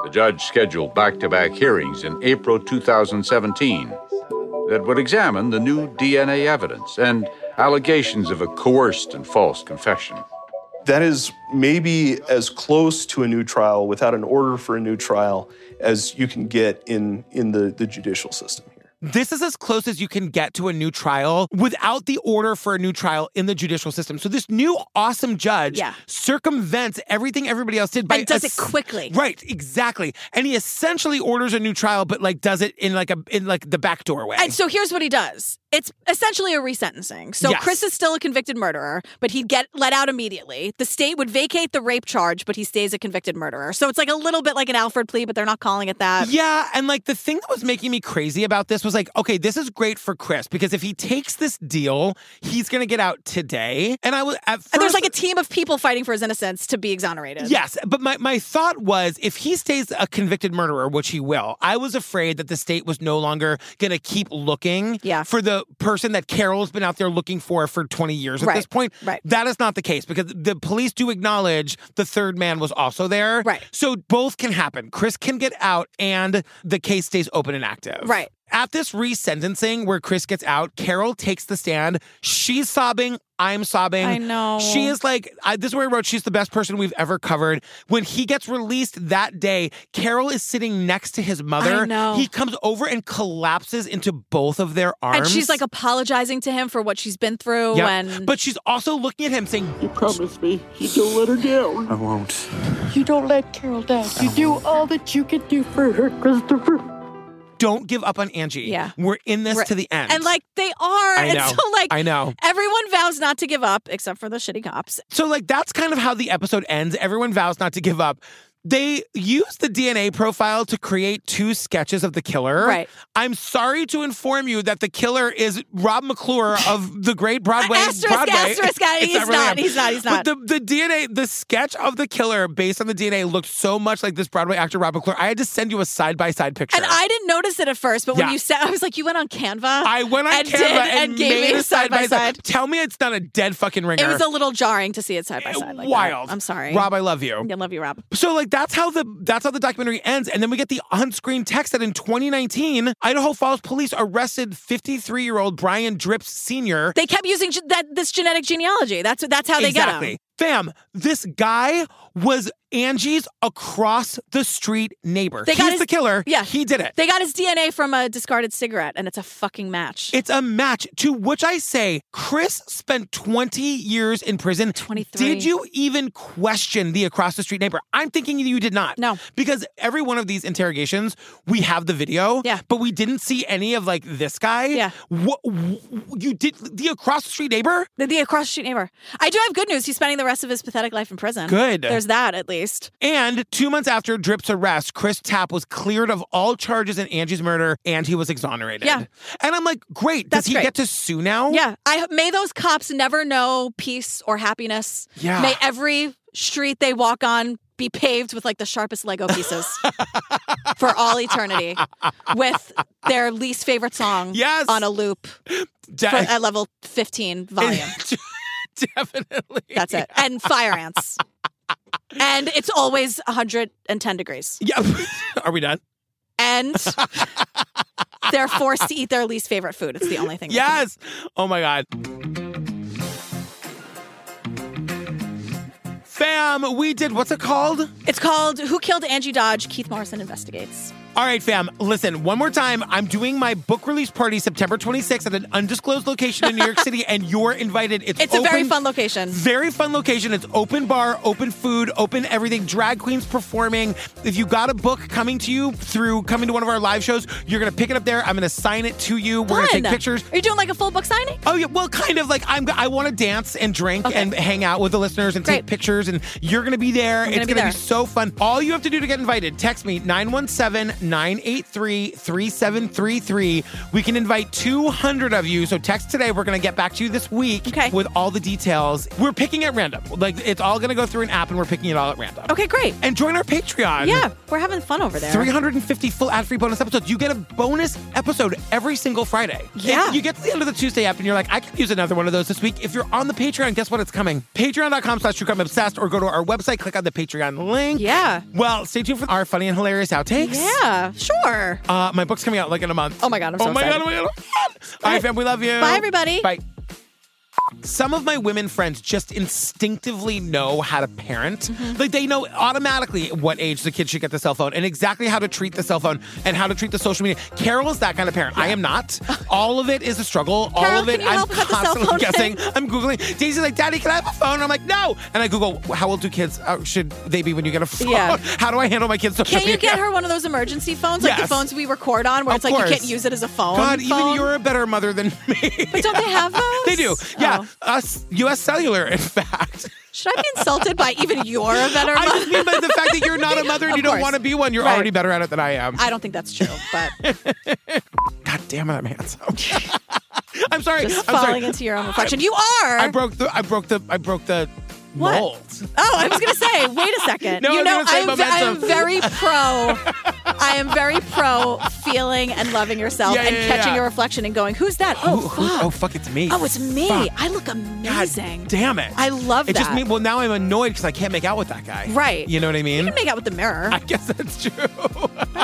Speaker 3: The judge scheduled back to back hearings in April 2017 that would examine the new DNA evidence and allegations of a coerced and false confession.
Speaker 11: That is maybe as close to a new trial without an order for a new trial as you can get in, in the, the judicial system.
Speaker 1: This is as close as you can get to a new trial without the order for a new trial in the judicial system. So this new awesome judge
Speaker 2: Yeah.
Speaker 1: circumvents everything everybody else did by
Speaker 2: And does
Speaker 1: ass-
Speaker 2: it quickly.
Speaker 1: Right, exactly. And he essentially orders a new trial, but like does it in like a in like the back doorway.
Speaker 2: And so here's what he does. It's essentially a resentencing. So
Speaker 1: Yes.
Speaker 2: Chris is still a convicted murderer, but he'd get let out immediately. The state would vacate the rape charge, but he stays a convicted murderer. So it's like a little bit like an Alfred plea, but they're not calling it that.
Speaker 1: yeah, and like the thing that was making me crazy about this was was like, okay, this is great for Chris because if he takes this deal, he's going to get out today. And I was at first,
Speaker 2: and there's like a team of people fighting for his innocence to be exonerated.
Speaker 1: Yes, but my, my thought was if he stays a convicted murderer, which he will, I was afraid that the state was no longer going to keep looking
Speaker 2: Yeah.
Speaker 1: for the person that Carol's been out there looking for for 20 years at
Speaker 2: Right,
Speaker 1: this point.
Speaker 2: right.
Speaker 1: That is not the case because the police do acknowledge the third man was also there. Right. So both can happen. Chris can get out and the case stays open and active.
Speaker 2: Right.
Speaker 1: At this resentencing where Chris gets out, Carol takes the stand. She's sobbing. I'm sobbing.
Speaker 2: I know.
Speaker 1: She is like, I, this is where I wrote, she's the best person we've ever covered. When he gets released that day, Carol is sitting next to his mother.
Speaker 2: I know.
Speaker 1: He comes over and collapses into both of their arms.
Speaker 2: And she's like apologizing to him for what she's been through
Speaker 1: Yep.
Speaker 2: and
Speaker 1: But she's also looking at him saying,
Speaker 16: You promised me you don't let her down.
Speaker 14: I won't.
Speaker 16: You don't let Carol down. You do all that you can do for her, Christopher.
Speaker 1: Don't give up on Angie.
Speaker 2: Yeah.
Speaker 1: We're in this
Speaker 2: Right.
Speaker 1: to the end.
Speaker 2: And like they are.
Speaker 1: I know.
Speaker 2: And so like
Speaker 1: I know.
Speaker 2: everyone vows not to give up except for the shitty cops.
Speaker 1: So, like, that's kind of how the episode ends. Everyone vows not to give up. They use the DNA profile to create two sketches of the killer.
Speaker 2: Right.
Speaker 1: I'm sorry to inform you that the killer is Rob McClure of the great Broadway.
Speaker 2: Asterisk,
Speaker 1: Broadway.
Speaker 2: asterisk, guy.
Speaker 1: It's
Speaker 2: He's
Speaker 1: really
Speaker 2: not,
Speaker 1: him.
Speaker 2: he's not, he's not.
Speaker 1: But the, the DNA, the sketch of the killer based on the DNA looked so much like this Broadway actor, Rob McClure. I had to send you a side by side picture.
Speaker 2: And I didn't notice it at first, but when
Speaker 1: Yeah.
Speaker 2: you said I was like, you went on Canva.
Speaker 1: I went on
Speaker 2: and
Speaker 1: camera
Speaker 2: did,
Speaker 1: and,
Speaker 2: gave
Speaker 1: made
Speaker 2: me
Speaker 1: a side by side. Tell me it's not a dead fucking ringer.
Speaker 2: It was a little jarring to see it side by side. Like that.
Speaker 1: Eh, Wild.
Speaker 2: I'm sorry.
Speaker 1: Rob, I love you.
Speaker 2: I love you, Rob.
Speaker 1: So like that's how the that's how the documentary ends, and then we get the on-screen text that in 2019, Idaho Falls police arrested 53-year-old Brian Drips Sr.
Speaker 2: They kept using ge- that this genetic genealogy. That's that's how they
Speaker 1: exactly.
Speaker 2: get him.
Speaker 1: Fam, this guy was Angie's across the street neighbor.
Speaker 2: They
Speaker 1: He's
Speaker 2: got his-
Speaker 1: the killer.
Speaker 2: yeah.
Speaker 1: he did it.
Speaker 2: They got his DNA from a discarded cigarette, and it's a fucking match.
Speaker 1: It's a match to which I say Chris spent 20 years in prison. 23. Did you even question the across the street neighbor? I'm thinking you did not. No. Because every one of these interrogations, we have the video, yeah. but we didn't see any of like this guy. Yeah. What you did the across the street neighbor?
Speaker 2: The, the across the street neighbor. I do have good news. He's spending the rest of his pathetic life in prison.
Speaker 1: Good.
Speaker 2: There's that at least.
Speaker 1: And two months after Drip's arrest, Chris Tapp was cleared of all charges in Angie's murder and he was exonerated.
Speaker 2: Yeah.
Speaker 1: And I'm like, great.
Speaker 2: That's
Speaker 1: Does he
Speaker 2: great.
Speaker 1: get to sue now?
Speaker 2: Yeah. I may those cops never know peace or happiness.
Speaker 1: Yeah.
Speaker 2: May every street they walk on be paved with like the sharpest Lego pieces for all eternity with their least favorite song
Speaker 1: Yes.
Speaker 2: on a loop
Speaker 1: De-
Speaker 2: for- at level 15 volume.
Speaker 1: Definitely.
Speaker 2: That's it. And fire ants. and it's always 110 degrees.
Speaker 1: Yeah. Are we done?
Speaker 2: And they're forced to eat their least favorite food. It's the only thing.
Speaker 1: Yes. Oh my God. Fam, we did what's it called?
Speaker 2: It's called Who Killed Angie Dodge? Keith Morrison Investigates.
Speaker 1: All right, fam, listen, one more time. I'm doing my book release party September 26th at an undisclosed location in New York City, and you're invited. It's,
Speaker 2: It's a very
Speaker 1: open-
Speaker 2: fun location.
Speaker 1: Very fun location. It's open bar, open food, open everything, drag queens performing. If you got a book coming to you through coming to one of our live shows, you're going to pick it up there. I'm going to sign it to you. We're going to
Speaker 2: Fun.
Speaker 1: take pictures.
Speaker 2: Are you doing like a full book signing?
Speaker 1: Oh yeah, well, kind of like I'm. I want to dance and drink and hang out with the listeners and take pictures. And you're gonna be there.
Speaker 2: I'm
Speaker 1: it's
Speaker 2: gonna be
Speaker 1: gonna
Speaker 2: there.
Speaker 1: be so fun. All you have to do to get invited: text me 917-983-3733. We can invite 200 of you. So text today. We're gonna get back to you this week with all the details. We're picking at random. Like it's all gonna go through an app, and we're picking it all at random.
Speaker 2: Okay, great.
Speaker 1: And join our Patreon.
Speaker 2: Yeah, we're having fun over there.
Speaker 1: 350 full ad free bonus episodes. You get a bonus episode every single Friday.
Speaker 2: Yeah.
Speaker 1: If you get to the end of the Tuesday app and you're like, I could use another one of those this week. If you're on the Patreon, guess what? It's coming. Patreon.com slash true crime obsessed or go to our website, click on the Patreon link.
Speaker 2: Yeah.
Speaker 1: Well, stay tuned for our funny and hilarious outtakes.
Speaker 2: Yeah, sure.
Speaker 1: Uh, my book's coming out like in a month.
Speaker 2: Oh my God, I'm
Speaker 1: oh
Speaker 2: so
Speaker 1: my
Speaker 2: excited.
Speaker 1: God, oh my God, oh my God. All right, fam, we love you.
Speaker 2: Bye, everybody.
Speaker 1: Bye. Some of my women friends just instinctively know how to parent.
Speaker 2: Mm-hmm.
Speaker 1: Like they know automatically what age the kid should get the cell phone and exactly how to treat the cell phone and how to treat the social media. Carol is that kind of parent. I am not. All of it is a struggle. All
Speaker 2: Carol,
Speaker 1: of it
Speaker 2: can you
Speaker 1: I'm
Speaker 2: help with the cell
Speaker 1: constantly
Speaker 2: phone
Speaker 1: guessing. I'm Googling. Daisy's like, Daddy, can I have a phone? I'm like, no. And I Google, how old do kids uh, should they be when you get a phone?
Speaker 2: Yeah.
Speaker 1: How do I handle my kids' social
Speaker 2: Can you
Speaker 1: media?
Speaker 2: get her one of those emergency phones, like
Speaker 1: Yes.
Speaker 2: the phones we record on, where
Speaker 1: Of
Speaker 2: it's like
Speaker 1: course.
Speaker 2: you can't use it as a phone?
Speaker 1: God, even
Speaker 2: phone?
Speaker 1: you're a better mother than me.
Speaker 2: But don't they have those? Oh.
Speaker 1: They do. Yeah. Us, US Cellular, in fact.
Speaker 2: Should I be insulted by even you're a better
Speaker 1: I
Speaker 2: mother?
Speaker 1: just mean by the fact that you're not a mother and
Speaker 2: Of
Speaker 1: you don't
Speaker 2: course.
Speaker 1: want to be one, you're
Speaker 2: Right.
Speaker 1: already better at it than I am.
Speaker 2: I don't think that's true, but
Speaker 1: damn it, I'm handsome. I'm sorry.
Speaker 2: Just
Speaker 1: I'm sorry.
Speaker 2: falling into your own reflection. you are.
Speaker 1: I broke the I broke the I broke the
Speaker 2: What?
Speaker 1: mold.
Speaker 2: Oh, I was gonna say. Wait a second.
Speaker 1: No, I
Speaker 2: you
Speaker 1: was
Speaker 2: know,
Speaker 1: gonna say
Speaker 2: I'm, I am
Speaker 1: momentum.
Speaker 2: very pro. I am very pro feeling and loving yourself
Speaker 1: Yeah,
Speaker 2: and
Speaker 1: yeah, yeah,
Speaker 2: catching
Speaker 1: yeah.
Speaker 2: your reflection and going, "Who's that?
Speaker 1: Who-
Speaker 2: Oh,
Speaker 1: who-
Speaker 2: fuck.
Speaker 1: oh fuck, it's me.
Speaker 2: Oh, it's me.
Speaker 1: Fuck.
Speaker 2: I look amazing.
Speaker 1: Damn it.
Speaker 2: I love
Speaker 1: it
Speaker 2: that.
Speaker 1: just mean well now I'm annoyed because I can't make out with that guy.
Speaker 2: Right.
Speaker 1: You know what I mean?
Speaker 2: You can make out with the mirror.
Speaker 1: I guess that's true.